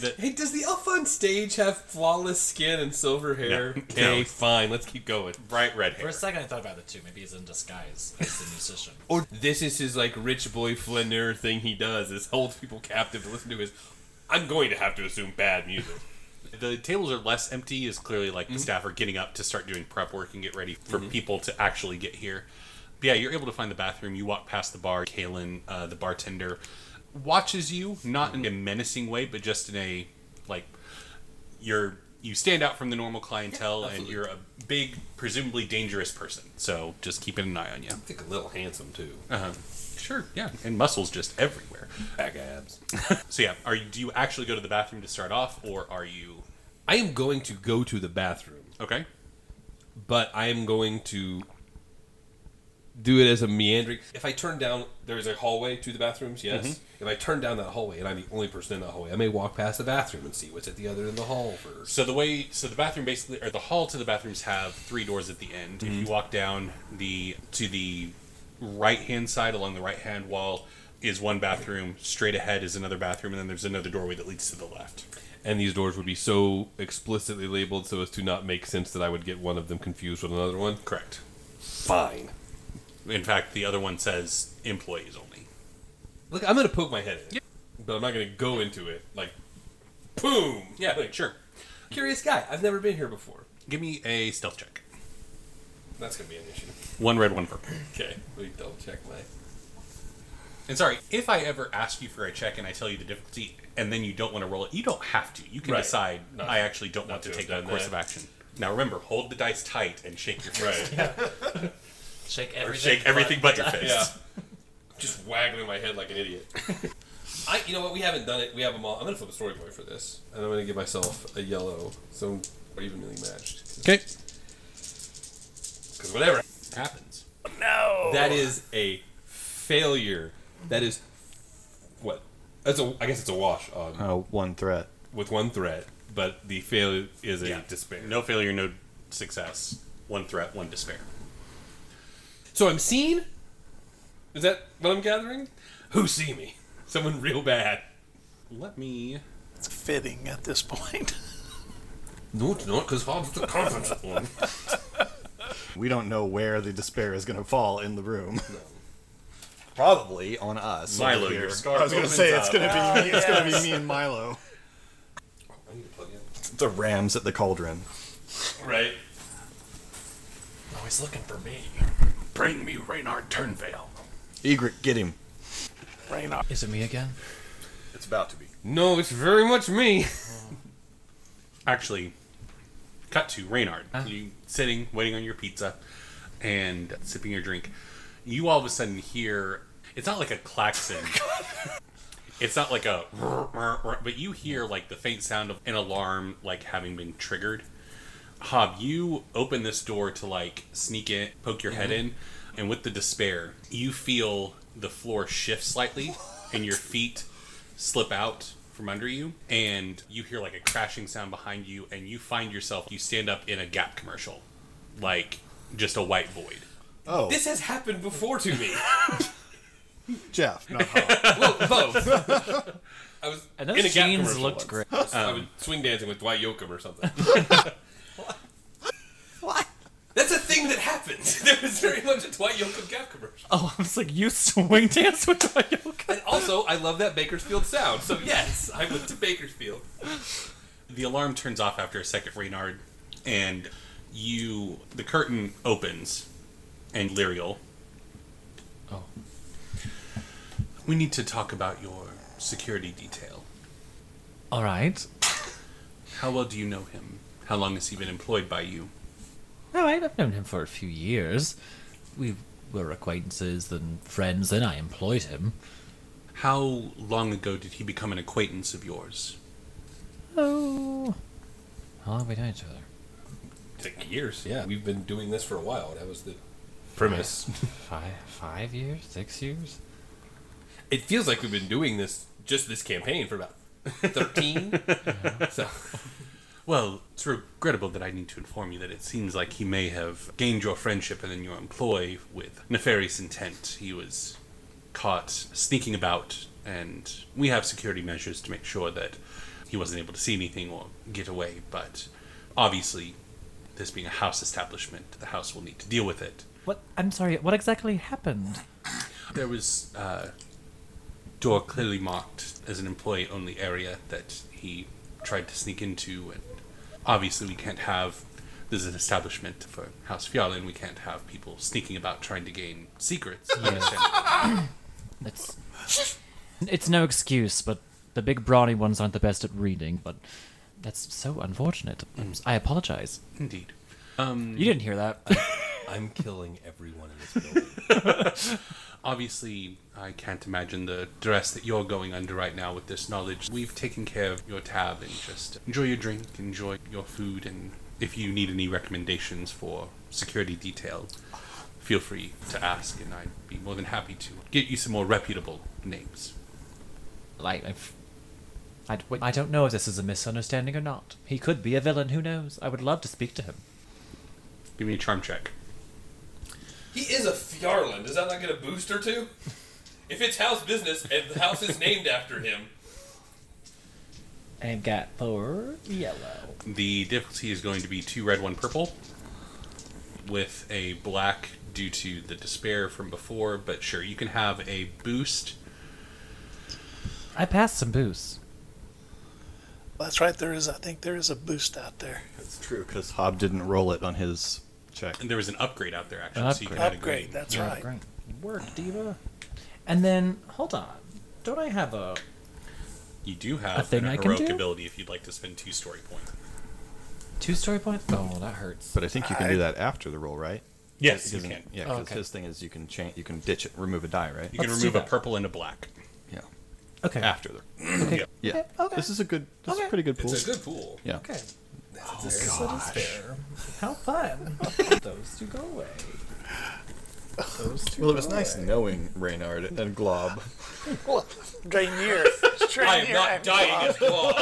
D: The,
G: Hey, does the elf on stage have flawless skin and silver hair?
D: No.
G: Okay,
D: No.
G: fine. Let's keep going.
D: bright red hair.
F: second, I thought about the two. Maybe he's in disguise as the musician.
G: Or this is his like rich boy flaneur thing he does is holds people captive to listen to his. I'm going to have to assume bad music.
D: The tables are less empty. Is clearly like
G: Mm-hmm.
D: the staff are getting up to start doing prep work and get ready for people to actually get here. But yeah, you're able to find the bathroom. You walk past the bar. Kalen, uh, the bartender, watches you not in a menacing way, but just in a like you're you stand out from the normal clientele, and you're a big, presumably dangerous person. So just keeping an eye on you.
G: I think a little handsome too.
D: Uh-huh. Sure. Yeah, and muscles just everywhere.
G: Back abs.
D: So yeah, are you, do you actually go to the bathroom to start off, or are you
G: I am going to go to the bathroom,
D: okay?
G: but I am going to do it as a meandering. If I turn down, there's a hallway to the bathrooms. Yes.
D: Mm-hmm.
G: If I turn down that hallway and I'm the only person in that hallway, I may walk past the bathroom and see what's at the other end of the hall first.
D: So the way, so the bathroom basically, or the hall to the bathrooms have three doors at the end. If you walk down the to the right hand side along the right hand wall is one bathroom. Straight ahead is another bathroom, and then there's another doorway that leads to the left.
G: and these doors would be so explicitly labeled so as to not make sense that I would get one of them confused with another one.
D: Correct.
G: Fine.
D: In fact, the other one says employees only.
G: Look, I'm gonna poke my head in, it, but I'm not gonna go into it like, boom.
D: Yeah,
G: Like,
D: sure.
G: curious guy. I've never been here before.
D: Give me a stealth check.
G: That's gonna be an issue.
D: One red, one purple.
G: Okay, let me double check my.
D: And sorry, if I ever ask you for a check and I tell you the difficulty, and then you don't want to roll it, you don't have to. You can
G: Right.
D: decide.
G: Not-
D: I actually don't want
G: to
D: to
G: have
D: take
G: done
D: that course
G: that.
D: of action. Now remember, hold the dice tight and shake your fist.
G: Right.
M: Shake
D: or
M: everything.
D: shake everything but your fist.
H: Yeah. Just waggling my head like an idiot. I, you know what? We haven't done it. We have them all. I'm gonna flip a story boy for this, and I'm gonna give myself a yellow, so we're evenly matched.
D: Okay.
H: Because whatever happens,
I: No.
H: that is a failure. That is what? That's a. I guess it's a wash on
E: Uh, one threat.
H: with one threat, but the failure is a
D: Yeah.
H: despair.
D: No failure, no success. One threat, one despair.
H: So I'm seen. Is that what I'm gathering? Who see me? Someone real bad.
D: Let me.
I: It's fitting at this point.
H: No, it's not, because Hobbs the conference one.
E: We don't know where the despair is going to fall in the room. Probably on us.
D: Milo,
E: over here.
D: your scarf
E: I was gonna
D: opens
E: say it's
D: up.
E: going to be me, it's going to be me and Milo.
H: I need to plug in.
E: The Rams at the Cauldron.
H: Right.
M: Oh, he's looking for me.
D: Bring me Reynard Turnvale.
E: Egret, get him.
I: Reynard.
M: Is it me again?
E: It's about to be.
H: No, it's very much me.
D: Actually, cut to Reynard. You sitting, waiting on your pizza, and sipping your drink. You all of a sudden hear. It's not like a klaxon. it's not like a. But you hear like the faint sound of an alarm, like having been triggered. Hob, you open this door to like sneak in, poke your head in, and with the despair, you feel the floor shift slightly and your feet slip out from under you, and you hear like a crashing sound behind you, and you find yourself, you stand up in a Gap commercial, like just a white void.
E: Oh,
H: This has happened before to me.
E: Jeff. Not Hob.
H: well, both. I was
F: And
H: in a
F: those
H: Gap
F: jeans
H: commercial
F: looked
H: once.
F: great.
H: I was, I was swing dancing with Dwight Yoakam or something.
E: What?
H: That's a thing that happens. There was very much a Dwight Yoakam Gap commercial.
F: Oh, I was like, you swing dance with Toyoka.
H: And also, I love that Bakersfield sound. So yes, I went to Bakersfield.
D: the alarm turns off after a second, Reynard, and you the curtain opens, and Lyriel.
F: Oh.
D: We need to talk about your security detail.
F: All right.
D: How well do you know him? How long has he been employed by you?
F: All right, I've known him for a few years. We were acquaintances, then friends, then I employed him.
D: How long ago did he become an acquaintance of yours?
F: Oh. How long have we known each other?
H: Like years, yeah. We've been doing this for a while. That was the premise.
F: Five, five years? Six years?
H: it feels like we've been doing this just this campaign for about 13 so
D: Well, it's regrettable that I need to inform you that it seems like he may have gained your friendship and then your employ with nefarious intent. He was caught sneaking about, and we have security measures to make sure that he wasn't able to see anything or get away. But obviously, this being a house establishment, the house will need to deal with it.
F: What? I'm sorry, what exactly happened?
D: There was a door clearly marked as an employee only area that he tried to sneak into, and obviously, we can't have this is an establishment for House Fiala, and we can't have people sneaking about trying to gain secrets. Understandable.
F: It's. It's no excuse, but the big brawny ones aren't the best at reading, but that's so unfortunate. I'm s- I apologize.
D: Indeed.
F: You didn't hear that.
H: i'm killing everyone in this building
D: Obviously, I can't imagine the duress that you're going under right now with this knowledge. We've taken care of your tab and just enjoy your drink, enjoy your food, and if you need any recommendations for security detail, feel free to ask, and I'd be more than happy to get you some more reputable names.
F: like I've, I'd, wait, I don't know if this is a misunderstanding or not. He could be a villain. Who knows? I would love to speak to him.
D: Give me a charm check.
H: he is a fjarland does that not get a boost or two if it's house business and the house is named after him
N: I've got four yellow.
D: The difficulty is going to be two red, one purple, with a black due to the despair from before. But sure, you can have a boost.
F: I passed some booze.
I: That's right. There is. I think there is a boost out there.
E: It's true because Hob didn't roll it on his check.
D: And there was an upgrade out there actually,
F: An
D: so you can
F: upgrade.
D: add a
I: Upgrade.
D: grade.
I: That's
N: Yeah,
I: right.
N: great. Work, Diva. And then, hold on. Don't I have a.
D: You do have a,
F: thing I can
D: heroic
F: do?
D: ability if you'd like to spend two story points.
N: Two story point? Oh, that hurts.
E: But I think you can do that after the roll, right?
D: Yes, you
E: Isn't-
D: can.
E: Yeah,
F: Oh,
E: because
F: okay.
E: his thing is you can change, you can ditch it, remove a die, right?
D: You can
F: Let's do
D: remove a
F: that.
D: purple and a black
E: Yeah,
F: Okay.
N: Ah.
D: after the. Yeah.
E: yeah.
I: okay.
E: This is a good. This is a pretty good pool.
H: It's a good pool.
E: yeah.
O: Okay.
D: Oh,
H: It's
O: That's what is fair. How fun. Those two go away. Those two
E: Well, it
O: go
E: was nice
O: away.
E: knowing Reynard and Glob.
I: Well, Drainier.
H: I am not dying as well.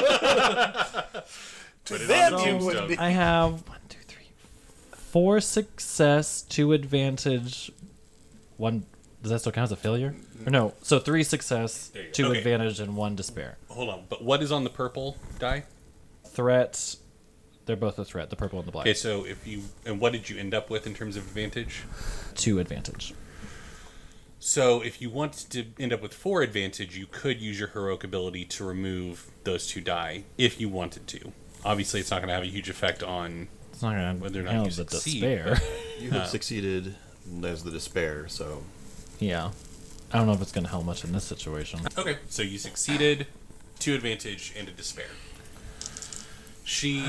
I: To
D: it
I: them
D: on the
I: you would
D: tombstone.
I: be.
F: I have one, two, three, four success, two advantage, one. Does that still count as a failure? Or no. So three success,
D: Mm-hmm. There you go.
F: two
D: Okay.
F: advantage, and one despair.
D: Hold on, but what is on the purple die?
F: Threat. They're both a threat. The purple and the black.
D: Okay, so if you and what did you end up with in terms of advantage?
F: two advantage.
D: So if you want to end up with four advantage, you could use your heroic ability to remove those two die if you wanted to. Obviously, it's not going to have a huge effect on.
F: It's not gonna whether
D: Whether or
F: or
D: not you
F: the
D: succeed,
F: despair.
E: You have succeeded. and There's the despair. So
F: yeah. I don't know if it's gonna help much in this situation.
D: Okay, so you succeeded, two advantage and a despair. She,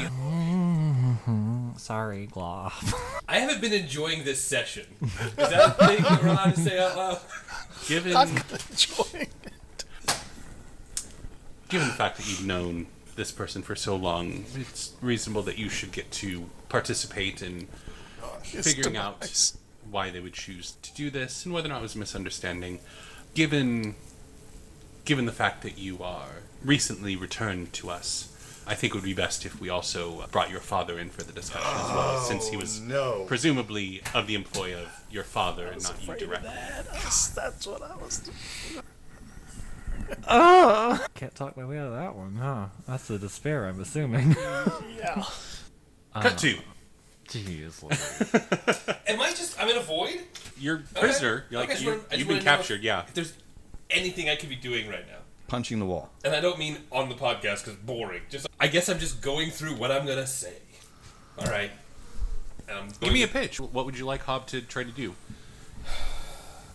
F: Sorry, Gloff.
H: I haven't been enjoying this session. Is that a thing that we're allowed to say out loud?
D: given
I: I'm gonna join.
D: given the fact that you've known this person for so long, it's reasonable that you should get to participate in
I: It's
D: figuring
I: demise.
D: out why they would choose to do this and whether or not it was a misunderstanding. Given given the fact that you are recently returned to us, I think it would be best if we also brought your father in for the discussion as well, since he was
E: no.
D: presumably of the employ of your father and not you
I: afraid of
D: directly.
I: that. Yes, That's what I was.
F: Can't talk my way out of that one, huh? That's the despair, I'm assuming.
I: Yeah.
D: Cut to
F: Jeez.
H: Am I just? I'm in a void.
D: you're prisoner. You're like,
H: Like, I just
D: you're,
H: wanna- I just
D: you've been
H: wanna know if-
D: captured. Yeah.
H: If there's anything I could be doing right now,
E: punching the wall.
H: and I don't mean on the podcast because boring. Just I guess I'm just going through what I'm gonna say. All right. And I'm
D: Give
H: going
D: me a
H: to-
D: pitch. What would you like Hob to try to do?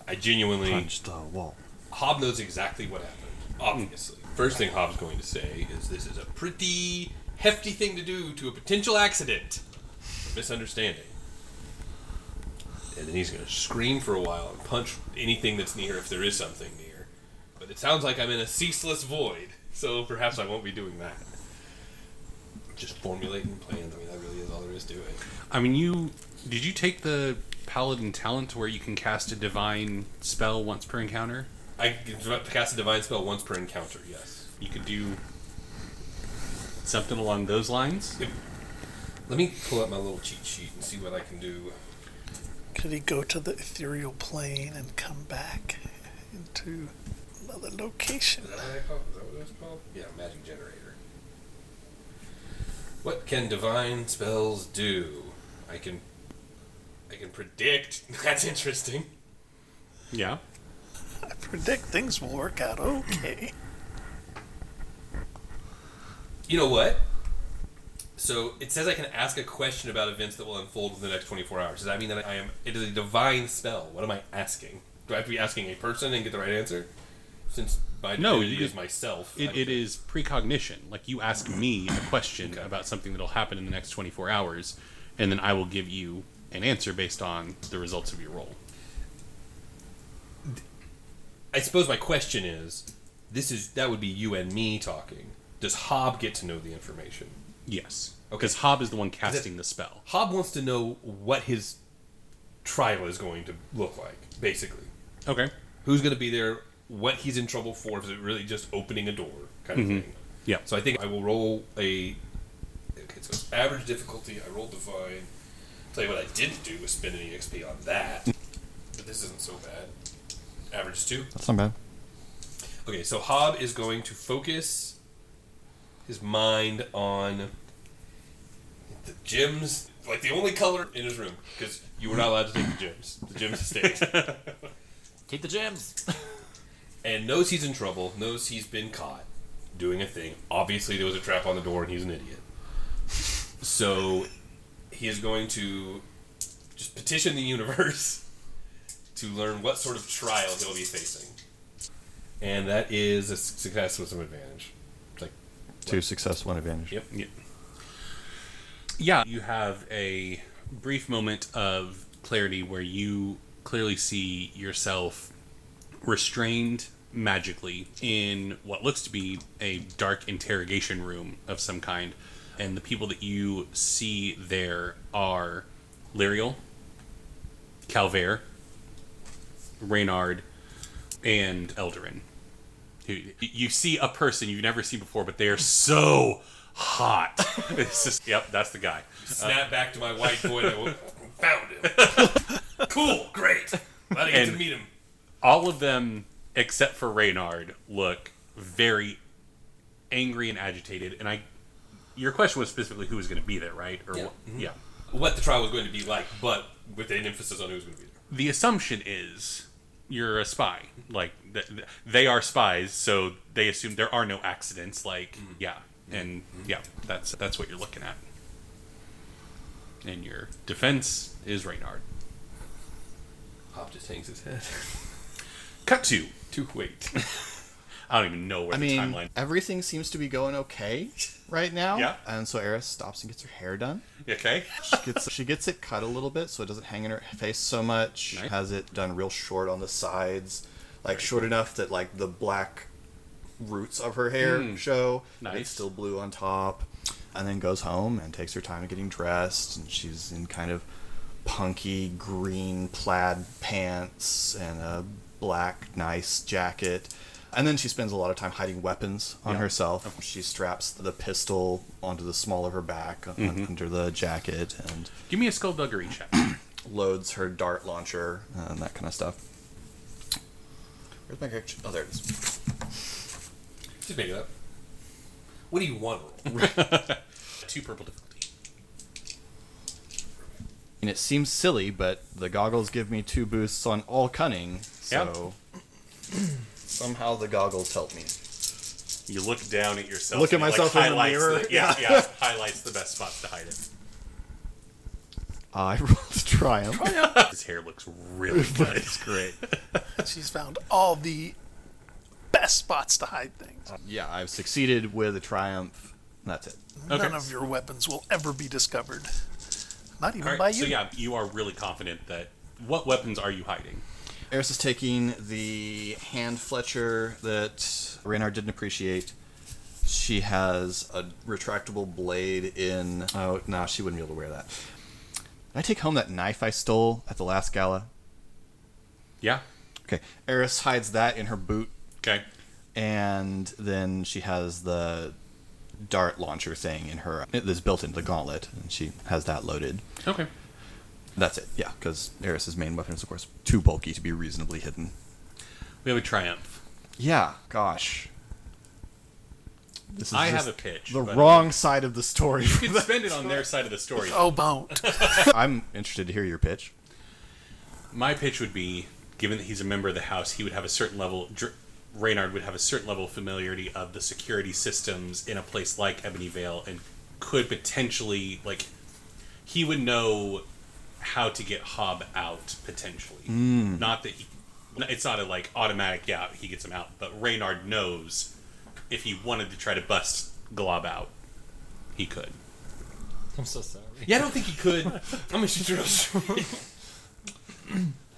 H: I genuinely.
E: Punch the wall.
H: Hob knows exactly what happened, obviously. First thing Hob's going to say is this is a pretty hefty thing to do to a potential accident, a misunderstanding. And then he's going to scream for a while and punch anything that's near if there is something near. But it sounds like I'm in a ceaseless void, so perhaps I won't be doing that. Just formulating plans. I mean, that really is all there is to it.
D: I mean, you did you take the paladin talent where you can cast a divine spell once per encounter?
H: I can cast a divine spell once per encounter, yes.
D: You could do something along those lines.
H: Let me pull up my little cheat sheet and see what I can do.
I: Could he go to the ethereal plane and come back into another location?
H: Is that what I call- is that what it's called? Yeah, magic generator. What can divine spells do? I can, I can predict. That's interesting.
D: Yeah.
I: I predict things will work out okay.
H: You know what? So it says I can ask a question about events that will unfold within the next 24 hours. Does that mean that I am? It is a divine spell. What am I asking? Do I have to be asking a person and get the right answer? Since my
D: No,
H: divinity
D: you-
H: is myself.
D: It,
H: I-
D: it is precognition. Like you ask me a question
H: Okay.
D: about something that'll happen in the next 24 hours, and then I will give you an answer based on the results of your roll.
H: I suppose my question is, this is that would be you and me talking. Does Hob get to know the information?
D: Yes.
H: Okay.
D: Because Hob is the one casting the spell.
H: Hob wants to know what his trial is going to look like, basically.
D: Okay.
H: Who's going to be there, what he's in trouble for, is it really just opening a door kind of thing?
D: Yeah.
H: So I think I will roll a. Okay, so it's average difficulty. I rolled divine. Tell you what I didn't do was spend any XP on that. But this isn't so bad. Average two.
E: That's not bad.
H: Okay, so Hob is going to focus his mind on the gems, like the only color in his room, because you were not allowed to take the gems. The gems stayed.
F: Keep the gems.
H: and knows he's in trouble, knows he's been caught doing a thing. Obviously, there was a trap on the door, and he's an idiot. So he is going to just petition the universe to learn what sort of trial he'll be facing. And that is a success with some advantage. It's like
E: Two success, one advantage.
H: Yep.
D: Yeah. Yeah, you have a brief moment of clarity where you clearly see yourself restrained magically in what looks to be a dark interrogation room of some kind. And the people that you see there are Lyriel, Calvair, Reynard, and Eldarin. Who- You see a person you've never seen before, but they are so hot. It's just, yep, that's the guy. Uh,
G: Snap back to my white boy that w- found him. cool, great. Glad I get to
D: And-
G: meet him.
D: all of them except for Reynard look very angry and agitated. And I, your question was specifically who was going to be there, right? Or
G: Yeah. Mm-hmm.
D: what- yeah.
G: What the trial was going to be like, but with an emphasis on who was going to be there.
D: The assumption is you're a spy. Like th- th- they are spies, so they assume there are no accidents. Like
G: Mm-hmm.
D: yeah, and yeah, that's that's what you're looking at. And your defense is Reynard.
G: Hop just hangs his head.
D: Cut to.
G: Too wait.
D: I don't even know where
E: I
D: the
E: mean,
D: timeline.
E: everything seems to be going okay right now.
D: Yeah.
E: And so Eris stops and gets her hair done.
D: Okay.
E: She gets she gets it cut a little bit so it doesn't hang in her face so much.
D: Nice.
E: Has it done real short on the sides, like short enough that like the black roots of her hair show. and
D: Nice.
E: It's still blue on top, and then goes home and takes her time to getting dressed. And she's in kind of punky green plaid pants and a black nice jacket. And then she spends a lot of time hiding weapons on herself. She straps the pistol onto the small of her back un- under the jacket and
D: Give me a skullduggery check.
E: loads her dart launcher and that kind of stuff. Where's my character? Oh, there it is.
G: Just make it up. What do you want to roll?
D: Two purple difficulty.
E: And it seems silly, but the goggles give me two boosts on all cunning, so somehow the goggles help me.
D: You look down at yourself.
E: Look at
D: and it,
E: myself in the
D: highlights
E: mirror.
D: yeah, yeah, highlights the best spots to hide it.
E: I rolled triumph.
D: His hair looks really good.
E: That's great.
I: She's found all the best spots to hide things.
E: Yeah, I've succeeded with a triumph. and That's it.
D: Okay.
I: None of your weapons will ever be discovered. Not even
D: All
I: by
D: right,
I: you.
D: so yeah, you are really confident that. What weapons are you hiding?
E: Eris is taking the hand Fletcher that Reynard didn't appreciate. She has a retractable blade in. Oh, no, she wouldn't be able to wear that. Did I take home that knife I stole at the last gala?
D: Yeah.
E: Okay. Eris hides that in her boot,
D: Okay.
E: and then she has the dart launcher thing in her. That's built into the gauntlet, and she has that loaded.
D: Okay.
E: That's it, yeah, because Eris's main weapon is, of course, too bulky to be reasonably hidden.
D: We have a triumph.
E: Yeah, gosh. This is
D: I
E: just
D: have a pitch.
E: the
D: but
E: wrong side of the story.
D: You could spend it on their side of the story.
I: Oh, don't.
E: I'm interested to hear your pitch.
D: My pitch would be, given that he's a member of the House, he would have a certain level. Dr- Reynard would have a certain level of familiarity of the security systems in a place like Ebony Vale, and could potentially like he would know how to get Hob out potentially. Not that he, it's not a like automatic. Yeah, he gets him out, but Reynard knows if he wanted to try to bust Glob out, he could.
A: I'm so sorry.
G: Yeah, I don't think he could. I'm gonna shoot your nose.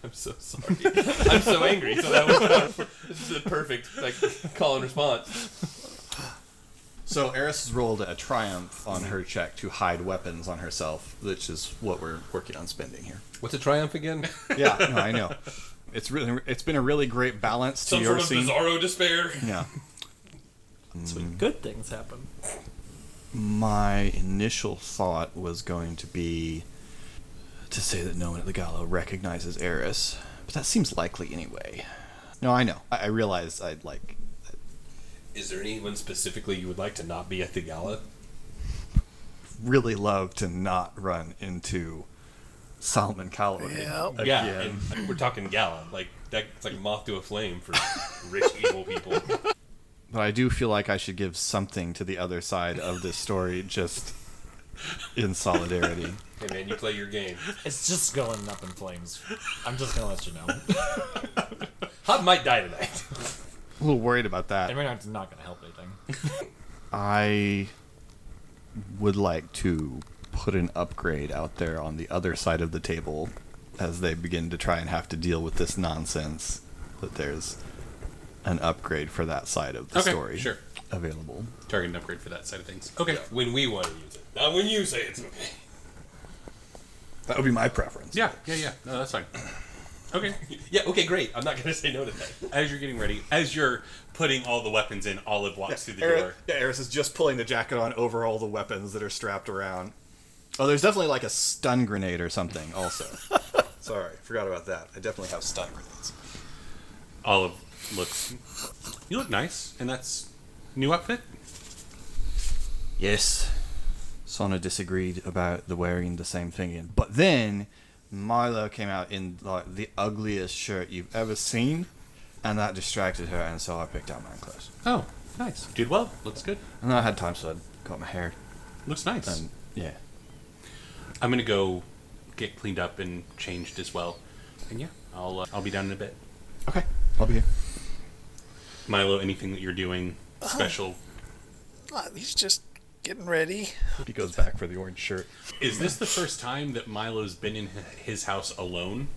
G: I'm so sorry. I'm so angry. So that was this is the perfect like call and response.
E: So Eris has rolled a triumph on her check to hide weapons on herself, which is what we're working on spending here.
G: What's a triumph again?
E: Yeah, no, I know. It's really, it's been a really great balance to
G: Some sort
E: your
G: of
E: scene.
G: bizarro despair.
E: Yeah.
H: That's when good things happen.
E: My initial thought was going to be to say that no one at the gala recognizes Eris, but that seems likely anyway. No, I know. I, I realized I'd like.
G: Is there anyone specifically you would like to not be at the gala?
E: really love to not run into Solomon Calloway.
I: yeah.
G: Yeah,
E: Again.
G: and we're talking gala. Like that's like a moth to a flame for rich evil people.
E: But I do feel like I should give something to the other side of this story just in solidarity.
G: Hey man, you play your game.
A: It's just going up in flames. I'm just gonna let you know.
G: Hub might die tonight.
E: a little worried about
A: And
E: that.
A: Reynard's not gonna help anything.
E: I would like to put an upgrade out there on the other side of the table as they begin to try and have to deal with this nonsense that there's an upgrade for that side of the
D: Okay,
E: story
D: sure.
E: available.
D: Target an upgrade for that side of things. Okay.
G: When we want to use it, not when you say it's okay.
E: That would be my preference.
D: Yeah, yeah, yeah. No, that's fine. Okay.
G: Yeah, okay, great. I'm not gonna say no to that.
D: As you're getting ready, as you're putting all the weapons in, Olive walks through the door.
E: yeah, Eris is just pulling the jacket on over all the weapons that are strapped around. Oh, there's definitely like a stun grenade or something also. Sorry, forgot about that. I definitely have stun grenades.
D: Olive looks. You look nice, and that's new outfit.
E: Yes. Sona disagreed about the wearing the same thing again. But then Milo came out in like the ugliest shirt you've ever seen, and that distracted her, and so I picked out mine clothes.
D: Oh, nice. Did well. Looks good.
E: And then I had time, so I got my hair
D: Looks nice.
E: done. Yeah.
D: I'm gonna go get cleaned up and changed as well. And yeah, I'll uh, I'll be down in a bit.
E: Okay. I'll be here.
D: Milo, anything that you're doing special?
I: Ah, he's just getting ready.
E: He goes back for the orange shirt.
D: Is this the first time that Milo's been in h- his house alone?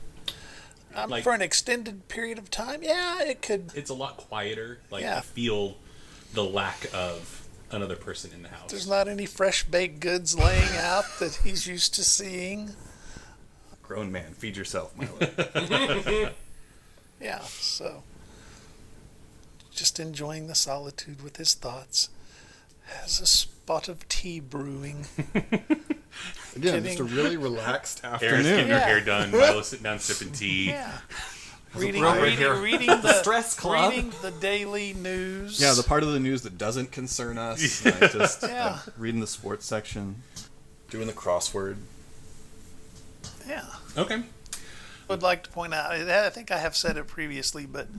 I: Um,
D: Like-
I: for an extended period of time, yeah, it could.
D: It's a lot quieter. Like
I: Yeah.
D: I feel the lack of another person in the house.
I: There's not any fresh baked goods laying out that he's used to seeing.
E: Grown man, feed yourself, Milo.
I: Yeah, so just enjoying the solitude with his thoughts. Has a spot of tea brewing.
E: Again,
I: Kidding.
E: just a really relaxed
D: Eris
E: afternoon.
D: getting her
I: Yeah.
D: hair done. Milo sitting down sipping tea.
I: Yeah. Reading,
E: right
I: reading,
E: here.
I: reading the
H: Stress club.
I: reading the daily news.
E: Yeah, the part of the news that doesn't concern us. like, just
I: Yeah.
E: like, reading the sports section, doing the crossword.
I: yeah.
D: Okay.
I: Would like to point out. I I think I have said it previously, but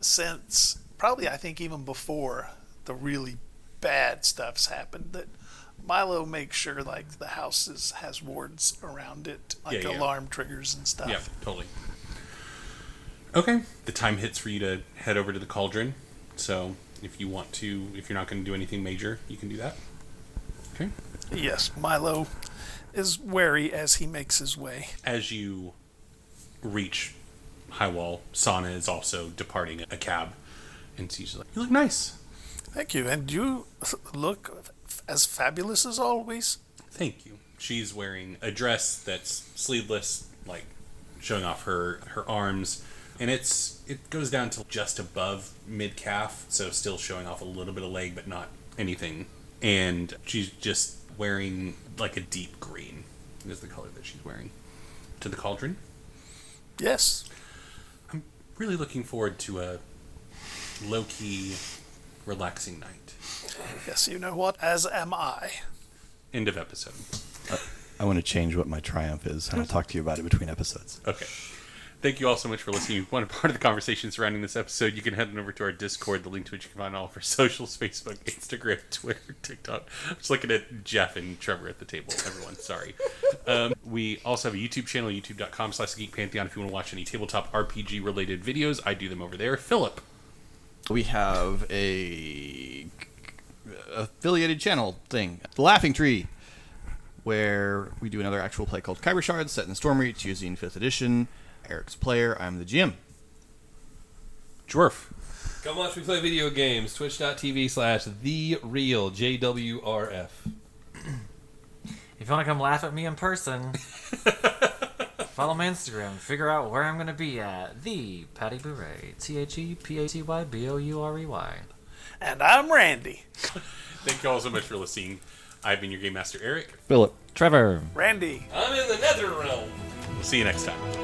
I: since probably I think even before the really bad stuff's happened, that Milo makes sure like the house is, has wards around it, like
D: Yeah, yeah.
I: alarm triggers and stuff.
D: Yeah, totally. Okay. The time hits for you to head over to the cauldron. So if you want to, if you're not going to do anything major, you can do that. Okay.
I: Yes, Milo is wary as he makes his way.
D: As you reach High Wall, Sana is also departing a cab, and she's like, "You look nice.
I: Thank you, and you look f- as fabulous as always.
D: Thank you." She's wearing a dress that's sleeveless, like showing off her her arms, and it's it goes down to just above mid calf, so still showing off a little bit of leg, but not anything. And she's just wearing like a deep green is the color that she's wearing to the cauldron.
I: Yes,
D: Really looking forward to a low key, relaxing night.
I: yes, you know what? As am I.
D: End of episode.
E: I want to change what my triumph is, and I'll talk to you about it between episodes.
D: Okay. Thank you all so much for listening. If you want to be part of the conversation surrounding this episode, you can head on over to our Discord, the link to which you can find all of our socials Facebook, Instagram, Twitter, TikTok. I'm just looking at Jeff and Trevor at the table. Everyone, sorry. Um, we also have a YouTube channel, youtube.com slash geek pantheon, if you want to watch any tabletop RPG related videos. I do them over there. Philip.
E: We have a affiliated channel thing, the Laughing Tree, where we do another actual play called Kyber Shards, set in Stormreach, using Fifth Edition. Eric's player. I'm the GM.
D: Dwarf.
G: Come watch me play video games. Twitch.tv slash the real JWRF.
H: If you want to come laugh at me in person, follow my Instagram. Figure out where I'm going to be at. The Patty Bure. T H E P A T Y B O U R E Y.
I: And I'm Randy.
D: Thank you all so much for listening. I've been your Game Master, Eric.
E: Philip.
A: Trevor.
I: Randy.
G: I'm in the nether realm.
D: We'll see you next time.